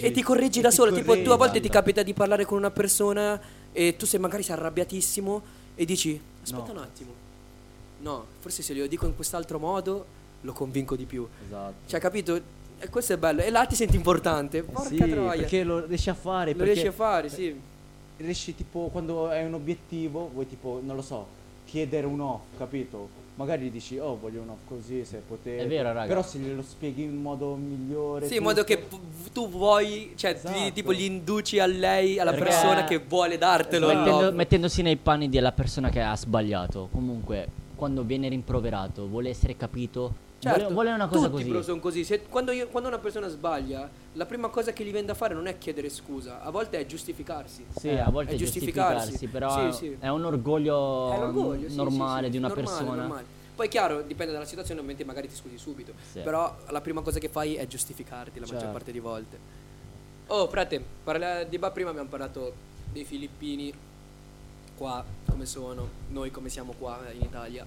B: ti- e ti correggi
D: E
B: da
D: ti
B: solo. Tipo, tu a
D: correggi.
B: volte ti capita di parlare con una persona e tu sei magari sei arrabbiatissimo e dici: Aspetta
D: No.
B: un attimo, no, forse se glielo dico in quest'altro modo lo convinco di più.
D: Esatto.
B: Cioè, capito? E questo è bello. E là ti senti importante. Porca
D: Eh sì,
B: troia.
D: perché lo riesci a fare,
B: lo
D: perché
B: riesci a fare, sì.
D: riesci tipo quando hai un obiettivo, vuoi tipo, non lo so, chiedere un off, capito? Magari dici, oh voglio un off così se potete.
A: È vero, raga.
D: Però se glielo spieghi in modo migliore.
B: Sì, in modo che pu- tu vuoi, cioè, ti-
D: Esatto.
B: tipo gli induci a lei, alla
A: Perché-
B: persona che vuole dartelo. il
D: Esatto.
A: Mettendo-
B: love.
A: mettendosi nei panni della persona che ha sbagliato. Comunque, quando viene rimproverato, vuole essere capito.
B: Certo,
A: vuole, vuole una cosa
B: tutti
A: così.
B: però sono così. Se- quando, io- quando una persona sbaglia, la prima cosa che gli viene da fare non è chiedere scusa, a volte è giustificarsi.
A: Sì,
B: Eh,
A: a volte
B: è
A: è
B: giustificarsi.
A: giustificarsi, però
B: Sì, sì.
A: è un orgoglio,
B: È l'orgoglio, sì,
A: normale
B: sì, sì,
A: di una
B: normale,
A: persona.
B: normale. Poi è chiaro, dipende dalla situazione, ovviamente magari ti scusi subito,
A: Sì.
B: però la prima cosa che fai è giustificarti la maggior
D: Certo.
B: parte di volte. Oh, frate, parla- di ba prima abbiamo parlato dei filippini qua, come sono, noi come siamo qua in Italia.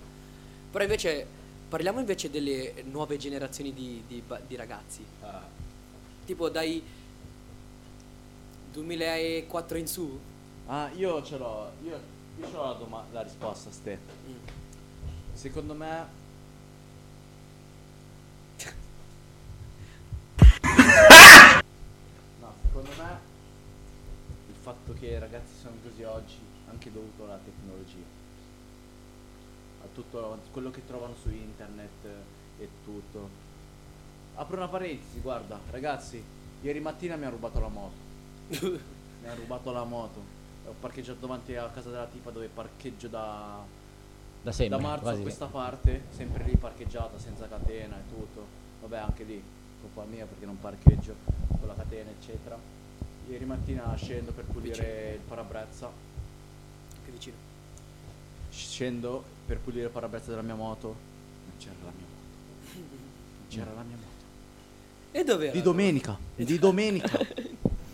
B: Però invece parliamo invece delle nuove generazioni di, di ba- di ragazzi.
D: Ah,
B: Tipo dai 2004 in su.
D: Ah, io ce l'ho, io, io ce l'ho la, doma- la risposta a ste.
B: Mm,
D: Secondo me... No, secondo me il fatto che i ragazzi sono così oggi è anche dovuto alla tecnologia. A tutto quello che trovano su internet eh, e tutto. Apro una parentesi, guarda, ragazzi, ieri mattina mi ha rubato la moto. Mi ha rubato la moto. Ho parcheggiato davanti a casa della tipa dove parcheggio da,
A: Da sempre.
D: da marzo a
A: quasi.
D: questa parte, sempre lì parcheggiata, senza catena e tutto. Vabbè, anche lì, colpa mia perché non parcheggio con la catena, eccetera. Ieri mattina scendo per pulire il parabrezza.
B: Che vicino.
D: Scendo per pulire il parabrezza della mia moto. Non c'era la mia moto. Non c'era la mia moto.
B: E dov'era?
D: Di domenica, di domenica,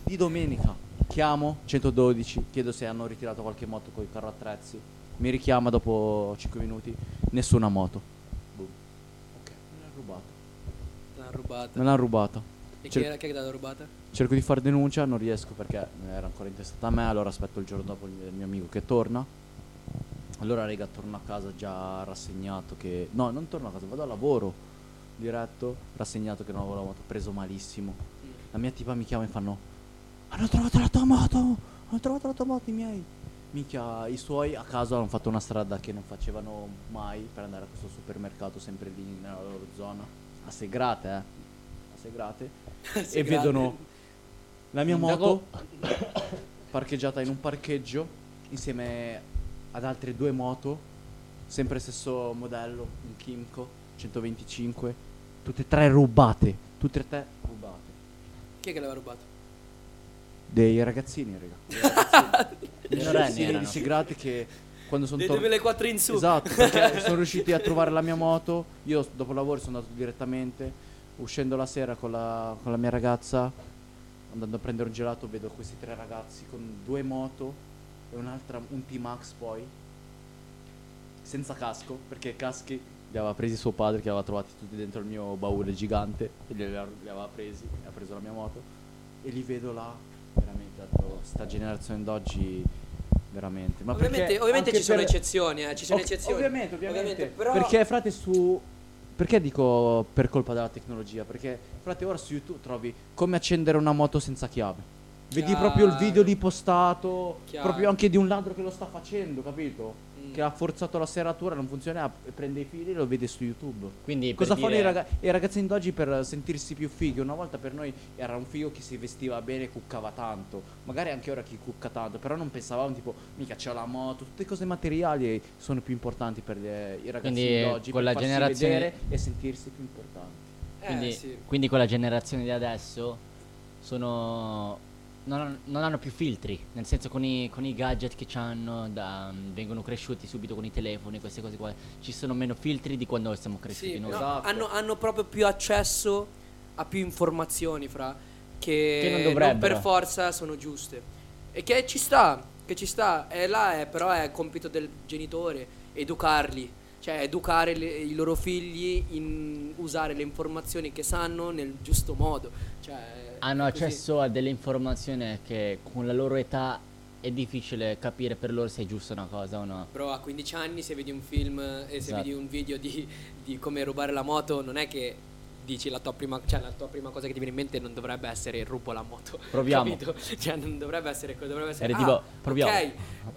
D: di domenica. Chiamo 112, chiedo se hanno ritirato qualche moto con i carro attrezzi. Mi richiama dopo 5 minuti, nessuna moto. Boom. Ok, me l'hanno rubata.
B: L'hanno rubata.
D: Me l'hanno rubata.
B: E chi
D: Cer-
B: era che l'ha rubata?
D: cerco di far denuncia, non riesco perché era ancora intestata a me, allora aspetto il giorno dopo il mio, il mio amico che torna. Allora raga, torno a casa già rassegnato che... No, non torno a casa, vado a lavoro diretto, rassegnato che non avevo la moto, preso malissimo. La mia tipa mi chiama e fanno Hanno trovato la tua moto! Hanno trovato la tua moto i miei! Minchia, i suoi a caso hanno fatto una strada che non facevano mai per andare a questo supermercato sempre lì nella loro zona. A Segrate, eh. A Segrate. e
B: Segrate.
D: vedono la mia
A: Sindaco.
D: moto parcheggiata in un parcheggio insieme ad altre due moto, sempre stesso modello, un Kimco 125, tutte e tre rubate, tutte e tre rubate.
B: Chi è che l'aveva rubato?
D: Dei ragazzini, raga. Dei ragazzini.
A: Minorenni erano.
D: di Segrate che quando sono
B: Del
D: tornato
B: 2004 in su.
D: Esatto, perché sono riusciti a trovare la mia moto. Io s- dopo lavoro sono andato direttamente. Uscendo la sera con la, con la mia ragazza, andando a prendere un gelato, vedo questi tre ragazzi con due moto e un'altra, un T-Max poi, senza casco, perché i caschi li aveva presi suo padre, che aveva trovati tutti dentro il mio baule gigante, e li aveva, li aveva presi, e ha preso la mia moto, e li vedo là, veramente, ho detto, sta generazione d'oggi, veramente. Ma perché
B: ovviamente ovviamente
D: anche
B: ci sono
D: per-
B: eccezioni, eh, ci sono
D: Ov-
B: eccezioni.
D: Ovviamente, ovviamente.
B: però
D: Perché, frate, su. Perché dico per colpa della tecnologia? Perché, frate, ora su YouTube trovi come accendere una moto senza chiave. Vedi
B: Chiaro.
D: proprio il video lì postato,
B: Chiaro.
D: proprio anche di un ladro che lo sta facendo, capito?
B: Mm.
D: Che ha forzato la serratura, non funziona, e prende i fili e lo vede su YouTube.
A: Quindi, per
D: Cosa fanno
A: dire-
D: i, raga- i ragazzini d'oggi per sentirsi più fighi? Una volta per noi era un figo che si vestiva bene e cuccava tanto. Magari anche ora chi cucca tanto, però non pensavamo tipo, mica c'ho la moto, tutte cose materiali sono più importanti per le- i ragazzini
A: Quindi,
D: d'oggi.
A: con
D: per
A: la
D: farsi
A: generazione-
D: vedere e sentirsi più importanti.
B: eh,
A: Quindi,
B: sì.
A: quindi con la generazione di adesso sono. Non, han- non hanno più filtri, nel senso con i, con i gadget che hanno, vengono cresciuti subito con i telefoni, queste cose qua, ci sono meno filtri di quando siamo cresciuti
B: Sì,
A: noi.
B: no,
D: Esatto.
B: hanno, hanno proprio più accesso a più informazioni fra che,
A: Che non dovrebbero.
B: per forza sono giuste. E che ci sta, che ci sta, e là è, però è compito del genitore educarli, cioè educare le- i loro figli in usare le informazioni che sanno nel giusto modo. Cioè,
A: Hanno
B: è così.
A: accesso a delle informazioni che con la loro età è difficile capire per loro se è giusta una cosa o no.
B: Bro, a 15 anni se vedi un film eh, e se
A: Esatto.
B: vedi un video di, di come rubare la moto, non è che dici la tua prima, cioè la tua prima cosa che ti viene in mente non dovrebbe essere rubo la moto.
A: Proviamo.
B: Capito? Cioè non dovrebbe essere quello, dovrebbe essere
A: Era
B: ah,
A: tipo, proviamo.
B: Ok,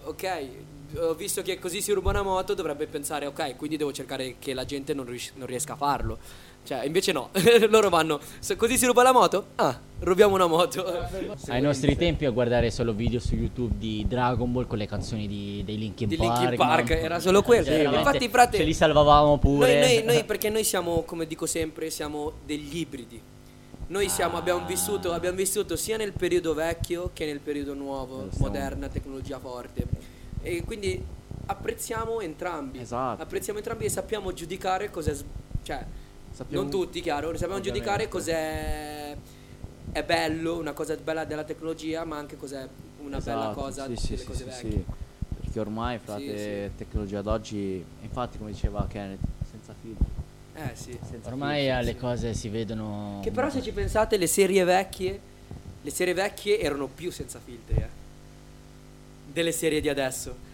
B: ok. Ho visto che così si ruba una moto, dovrebbe pensare ok, quindi devo cercare che la gente non, rius- non riesca a farlo. Cioè, invece no, loro vanno, "Se così si ruba la moto? Ah, rubiamo una moto.
A: Ai nostri tempi a guardare solo video su YouTube di Dragon Ball con le canzoni di, dei Linkin
B: Di
A: Park.
B: Linkin Park,
A: mamma
B: era
A: mia.
B: solo quello.
A: Cioè, veramente,
B: Infatti, frate,
A: ce li salvavamo pure.
B: Noi, noi- noi- perché noi siamo, come dico sempre, siamo degli ibridi. Noi siamo,
D: Ah.
B: abbiamo, vissuto, abbiamo vissuto sia nel periodo vecchio che nel periodo nuovo,
D: Lo stiamo-
B: moderna, tecnologia forte. E quindi apprezziamo entrambi.
D: Esatto.
B: Apprezziamo entrambi e sappiamo giudicare cos'è. s- Cioè,
D: Sappiamo-
B: non tutti, chiaro. Sappiamo
D: Ovviamente.
B: giudicare cos'è. È bello, una cosa bella della tecnologia, ma anche cos'è una bella
D: Esatto,
B: cosa
D: sì,
B: delle
D: sì, sì,
B: cose
D: sì,
B: vecchie.
D: sì. Perché ormai, frate,
B: sì.
D: tecnologia d'oggi, infatti, come diceva Kenneth, senza fili.
B: Eh sì.
D: senza
A: Ormai
D: fili.
A: eh, le cose si vedono.
B: Che però se ci pensate le serie vecchie, le serie vecchie erano più senza filtri, eh, Delle serie di adesso.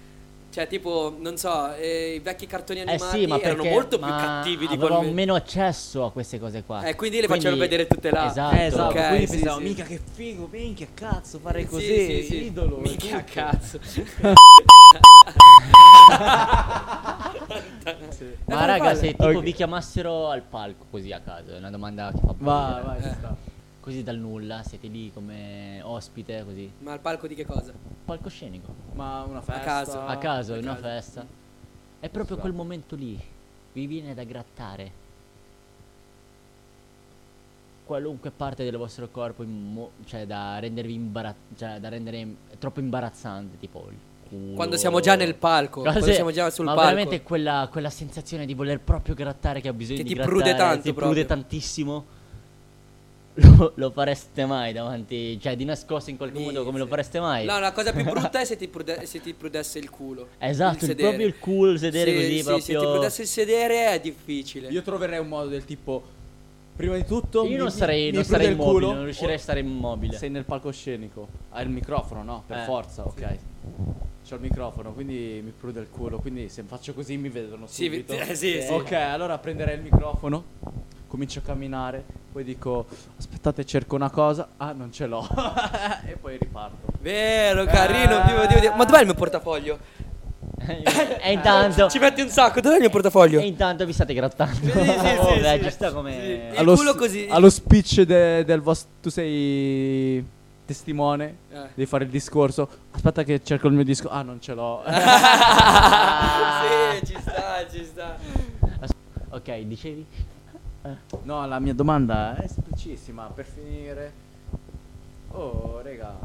B: Cioè, tipo, non so, eh, i vecchi cartoni
A: eh
B: animati
A: sì, ma
B: erano
A: perché-
B: molto più
A: ma
B: cattivi di
A: avevamo
B: quelli.
A: meno accesso a queste cose qua.
B: Eh, quindi le facevano vedere tutte là.
A: Esatto.
D: Eh, esatto,
B: Ok,
D: quindi
B: sì,
D: pensavo,
B: sì.
D: mica che figo, minchia, cazzo, fare
B: Sì,
D: così,
B: sì, sì.
D: idolo. e
B: Mica Eh,
D: tutto.
B: cazzo.
A: Ma
B: Eh,
A: raga,
B: vale.
A: se tipo
D: Ok.
A: vi chiamassero al palco così a caso, è una domanda che fa
D: Vai,
A: paura.
D: vai, ci
B: Eh.
D: sta.
A: Così dal nulla, siete lì come ospite, così.
B: Ma al palco di che cosa?
A: Palcoscenico.
D: Ma una festa.
B: caso.
A: a caso, in una
B: caso.
A: festa. È proprio
D: Esatto.
A: quel momento lì. Vi viene da grattare. Qualunque parte del vostro corpo, in mo- cioè da rendervi imbara- cioè da rendere im- troppo imbarazzante, tipo il culo.
B: Quando siamo già nel palco,
A: Cose-
B: quando siamo già sul
A: ma
B: palco.
A: veramente quella, quella sensazione di voler proprio grattare che ha bisogno
B: Che
A: di
B: ti
A: grattare,
B: prude tanto
A: ti
B: proprio.
A: prude tantissimo. Lo, lo fareste mai davanti, cioè di nascosto in qualche modo come lo
B: Minchia.
A: fareste mai?
B: No, la cosa più brutta è se ti, prude- se ti prudesse il culo.
A: Esatto, il-
B: sedere.
A: proprio il culo, il sedere
B: Sì,
A: così,
B: sì, Se ti
A: proprio-
B: prudesse il sedere è difficile.
D: Io troverei un modo del tipo, prima di tutto...
A: Io
D: mi-
A: non
D: mi-
A: sarei,
D: mi
A: non
D: prude
A: sarei
D: il
A: immobile,
D: culo,
A: non riuscirei a stare immobile.
D: Sei nel palcoscenico, hai il microfono, no? Per
A: Eh,
D: forza, ok. C'ho il microfono, quindi mi prude il culo, quindi se faccio così mi vedono
B: Sì,
D: subito.
B: vi- eh, sì, sì.
D: Ok, allora prenderei il microfono, comincio a camminare, poi dico "Aspettate, cerco una cosa". Ah, non ce l'ho. e poi riparto.
B: Vero, carino. Dio, Dio, Dio. Ma dov'è il mio portafoglio?
A: e intanto,
B: Ci metti un sacco, dov'è il mio portafoglio?
A: e intanto vi state grattando.
B: Sì, sì, sì,
A: Vabbè,
B: sì.
A: ci sta come...
B: Sì. Il culo
D: s-
B: così.
D: allo speech de- del vostro tu sei testimone,
B: Eh.
D: devi fare il discorso. Aspetta che cerco il mio disco. Ah, non ce l'ho.
B: sì, ci sta, ci sta.
A: Ok, dicevi?
D: No, la mia domanda è semplicissima. Per finire, oh, raga,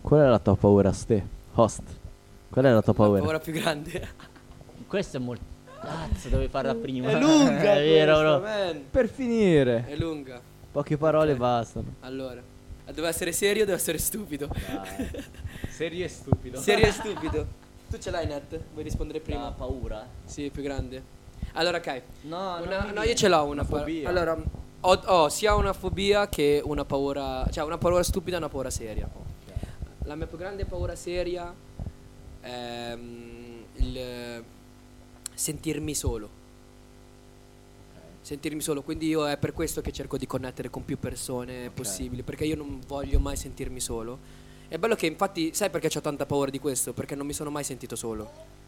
D: qual è la tua paura, Ste? Host, qual è la tua
B: La
D: paura?
B: paura più grande.
A: Questo è molto... Cazzo, dovevi farla prima.
B: È lunga.
A: è vero,
B: questa, eh.
A: bro.
B: man.
D: Per
A: Eh.
D: finire,
B: È lunga.
D: poche parole bastano.
B: Allora, deve essere serio o deve essere stupido?
D: Serio e stupido.
B: serio e stupido. Tu ce l'hai, Net? Vuoi rispondere prima?
A: La Ah, paura.
B: Sì, più grande. Allora, ok.
A: No,
B: Una-
A: non mi
B: no,
A: dire.
B: io ce l'ho una pa-
D: fobia.
B: Allora, ho, ho sia una fobia che una paura. Cioè, una paura stupida e una paura seria. La mia più grande paura seria è mm, il eh, sentirmi solo. Sentirmi solo, quindi io è per questo che cerco di connettere con più persone possibili, perché io non voglio mai sentirmi solo. È bello che infatti, sai perché ho tanta paura di questo? Perché non mi sono mai sentito solo.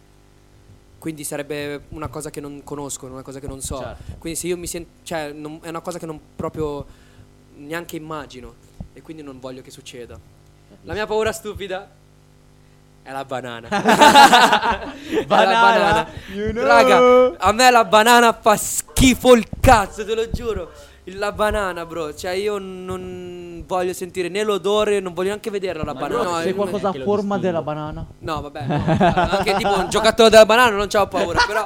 B: Quindi sarebbe una cosa che non conosco, una cosa che non so.
D: Certo.
B: Quindi se io mi sento, cioè non- è una cosa che non proprio neanche immagino e quindi non voglio che succeda. La mia paura stupida è la banana. È
D: Banana, you know.
B: Raga, a me la banana fa schifo il cazzo, te lo giuro. La banana, bro. Cioè, io non voglio sentire né l'odore, non voglio neanche vederla la
A: Ma
B: banana.
A: no,
B: No,
A: se
D: Sei
B: io-
D: qualcosa a
A: che lo
D: forma
A: distingo.
D: della banana?
B: No, vabbè. no. Anche tipo un giocatore della banana non c'ho paura, però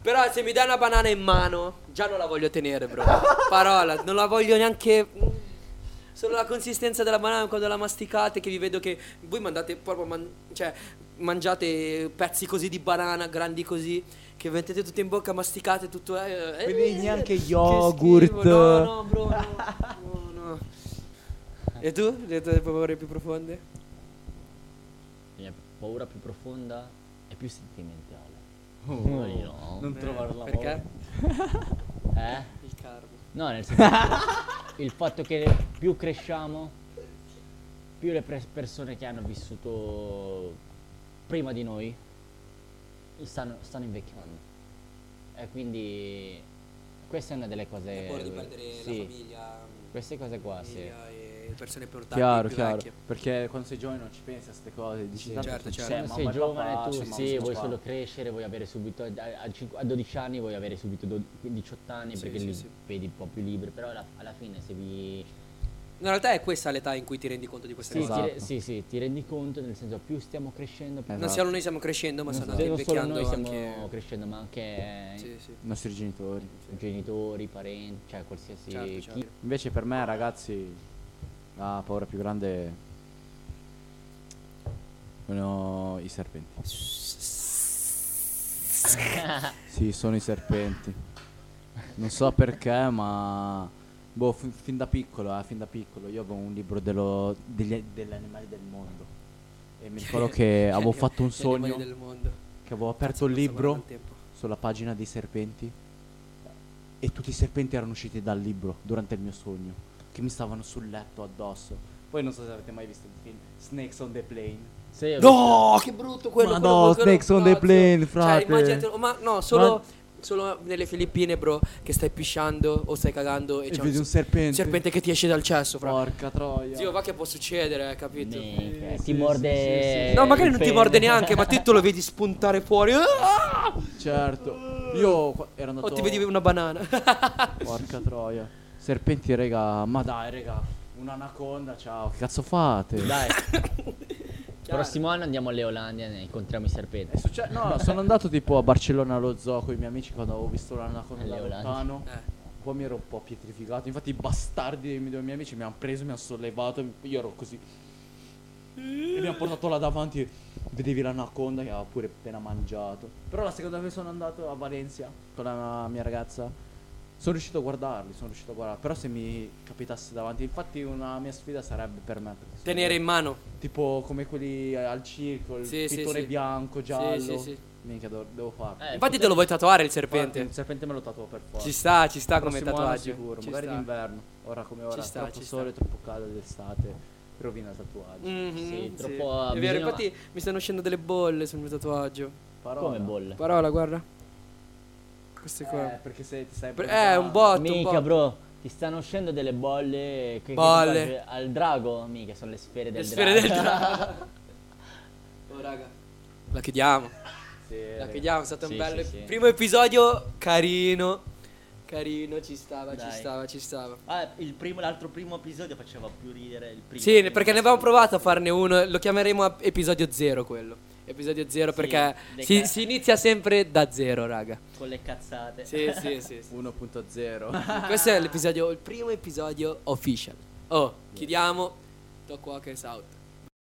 B: però se mi dai una banana in mano, già non la voglio tenere, bro. Parola, non la voglio neanche mm, Solo la consistenza della banana quando la masticate che vi vedo che voi mandate proprio man- cioè mangiate pezzi così di banana grandi così che vi mettete tutto in bocca, masticate tutto eh, eh,
D: Quindi neanche
B: che
D: yogurt.
B: schifo. No, no, bro. No, no, no. E tu? Le tue paure più profonde?
A: paura più profonda e più sentimentale. Oh, io. Non
B: Eh,
A: trovare la
B: perché?
A: Eh?
B: Il carbo.
A: No, nel senso il fatto che più cresciamo, più le pres- persone che hanno vissuto prima di noi stanno, stanno invecchiando. E quindi questa è una delle cose...
B: Paura di perdere
A: sì,
B: la famiglia.
A: Queste cose qua, sì.
B: famiglia e le eh, persone più ortali,
D: Chiaro,
B: più
D: chiaro.
B: vecchie.
D: Perché quando sei giovane non ci pensi a queste cose. Dici tanto
B: certo,
D: ci
B: certo.
D: sei,
A: Quando Cioè, sei
D: mamma e
A: giovane
D: papà,
A: tu
B: cioè,
D: c'è mamma,
A: sì,
D: sto
A: vuoi
D: qua.
A: solo crescere, vuoi avere subito a, a- a cinque- a 12 anni vuoi avere subito do- 18 anni
B: Sì,
A: perché
B: sì,
A: li
B: sì.
A: vedi un po' più liberi, però alla, alla fine se vi
B: No, in realtà è questa l'età in cui ti rendi conto di queste
A: sì,
B: cose.
A: ti re-
D: Esatto.
A: sì, sì, ti rendi conto, nel senso più stiamo crescendo, più
B: Non
D: Esatto.
B: solo noi stiamo crescendo, ma
A: non
B: Eh, stanno
A: so-
B: anche
A: non solo
B: invecchiando
A: noi stiamo
B: anche...
A: crescendo, ma anche
B: Sì, sì.
D: I nostri genitori.
A: genitori, parenti, cioè qualsiasi
B: Certo,
A: chi-
B: certo.
D: Invece per me, ragazzi, la paura più grande sono i serpenti. Sì, sono i serpenti. Non so perché, ma boh, fin, fin da piccolo, eh, fin da piccolo, io avevo un libro dello- degli, degli animali del mondo. E mi ricordo che avevo
B: Gli-
D: fatto un
B: gli animali
D: sogno,
B: Cioè, del mondo.
D: che avevo aperto il
B: Passa
D: libro
B: guardando il tempo.
D: sulla pagina dei serpenti e tutti i serpenti erano usciti dal libro durante il mio sogno, che mi stavano sul letto addosso. Poi non so se avete mai visto il film Snakes on the Plane.
A: Sì, ho
B: No, che brutto quello.
D: Ma
B: quello,
D: no,
B: quello,
D: Snakes on the
B: no, zio.
D: plane,
B: Cioè,
D: frate.
B: immaginatelo, ma no, solo, solo nelle Filippine, bro, che stai pisciando o stai cagando e,
D: E
B: c'è
D: vedi un
B: s-
D: serpente.
B: serpente che ti esce dal cesso, fra.
D: Porca troia.
B: Zio, va che può succedere, eh, capito?
A: Minchia,
D: Sì, Eh.
A: ti
D: sì,
A: morde
D: sì, sì.
B: No, magari
A: il
B: non ti
A: pene.
B: morde neanche, ma te te lo vedi spuntare fuori. Ah!
D: Certo. Io qua- ero andato
B: O Oh, ti vedi una banana.
D: Porca troia. Serpenti, raga. Ma dai, raga. Un'anaconda, ciao. Che cazzo fate?
A: Dai,
B: Chiaro.
A: prossimo anno andiamo alle Olandia e incontriamo i
D: È
A: serpenti.
D: succe- no, sono andato tipo a Barcellona allo zoo con i miei amici quando avevo visto l'anaconda da
A: Alle Olandie.
D: lontano.
B: Eh.
D: Qua mi ero un po' pietrificato. Infatti, i bastardi dei miei due miei amici mi hanno preso, mi hanno sollevato. Io ero così. E mi hanno portato là davanti. Vedevi l'anaconda che aveva pure appena mangiato. Però la seconda volta che sono andato a Valencia con la mia ragazza. Sono riuscito a guardarli, sono riuscito a guardarli. Però se mi capitasse davanti, infatti una mia sfida sarebbe per me. perché sono-
B: Tenere in mano.
D: Tipo come quelli eh, al circo, il
B: Sì, sì,
D: pittore
B: sì.
D: bianco,
B: Sì,
D: giallo.
B: sì, sì.
D: Minchia, devo, devo farlo.
A: Eh,
B: Infatti te lo vuoi tatuare il serpente.
D: Il serpente me lo tatuo per forza.
B: Ci sta, ci sta come
D: Prossimo anno
B: tatuaggio.
D: sicuro,
B: Ci
D: magari
B: sta.
D: d'inverno. Ora come ora,
B: sta,
D: troppo
B: ci
D: sole, troppo caldo d'estate, rovina il tatuaggio.
B: Mhm,
A: Sì,
B: sì.
A: troppo-
B: È vero,
A: bisogna-
B: infatti mi stanno uscendo delle bolle sul mio tatuaggio.
D: Parola.
A: Come bolle?
B: Parola, guarda. Queste qua.
D: Eh, perché se ti stai
B: Pre- eh,
D: pensando-
B: un botto, un
A: Mica
B: botto.
A: bro, ti stanno uscendo delle bolle che, che
B: Bolle.
A: ti guardi al drago, mica sono le sfere del
B: Le sfere del
A: drago.
B: drago. Oh, raga. La chiudiamo.
D: Sì,
B: La chiudiamo, è stato
A: Sì,
B: un bello.
A: sì, sì.
B: Primo episodio carino. Carino, ci stava,
A: Dai.
B: ci stava, ci stava.
A: Ah, il primo, l'altro primo episodio faceva più ridere il primo.
B: Sì, perché ne avevamo provato a farne uno, lo chiameremo a- episodio zero quello. Episodio zero
A: Sì,
B: perché
A: le
B: si,
A: ca-
B: si inizia sempre da zero, raga.
A: Con le cazzate.
B: Sì, sì, sì. sì.
D: 1.0.
B: Questo è l'episodio, il primo episodio official. Oh, chiudiamo. Talk Walkers out.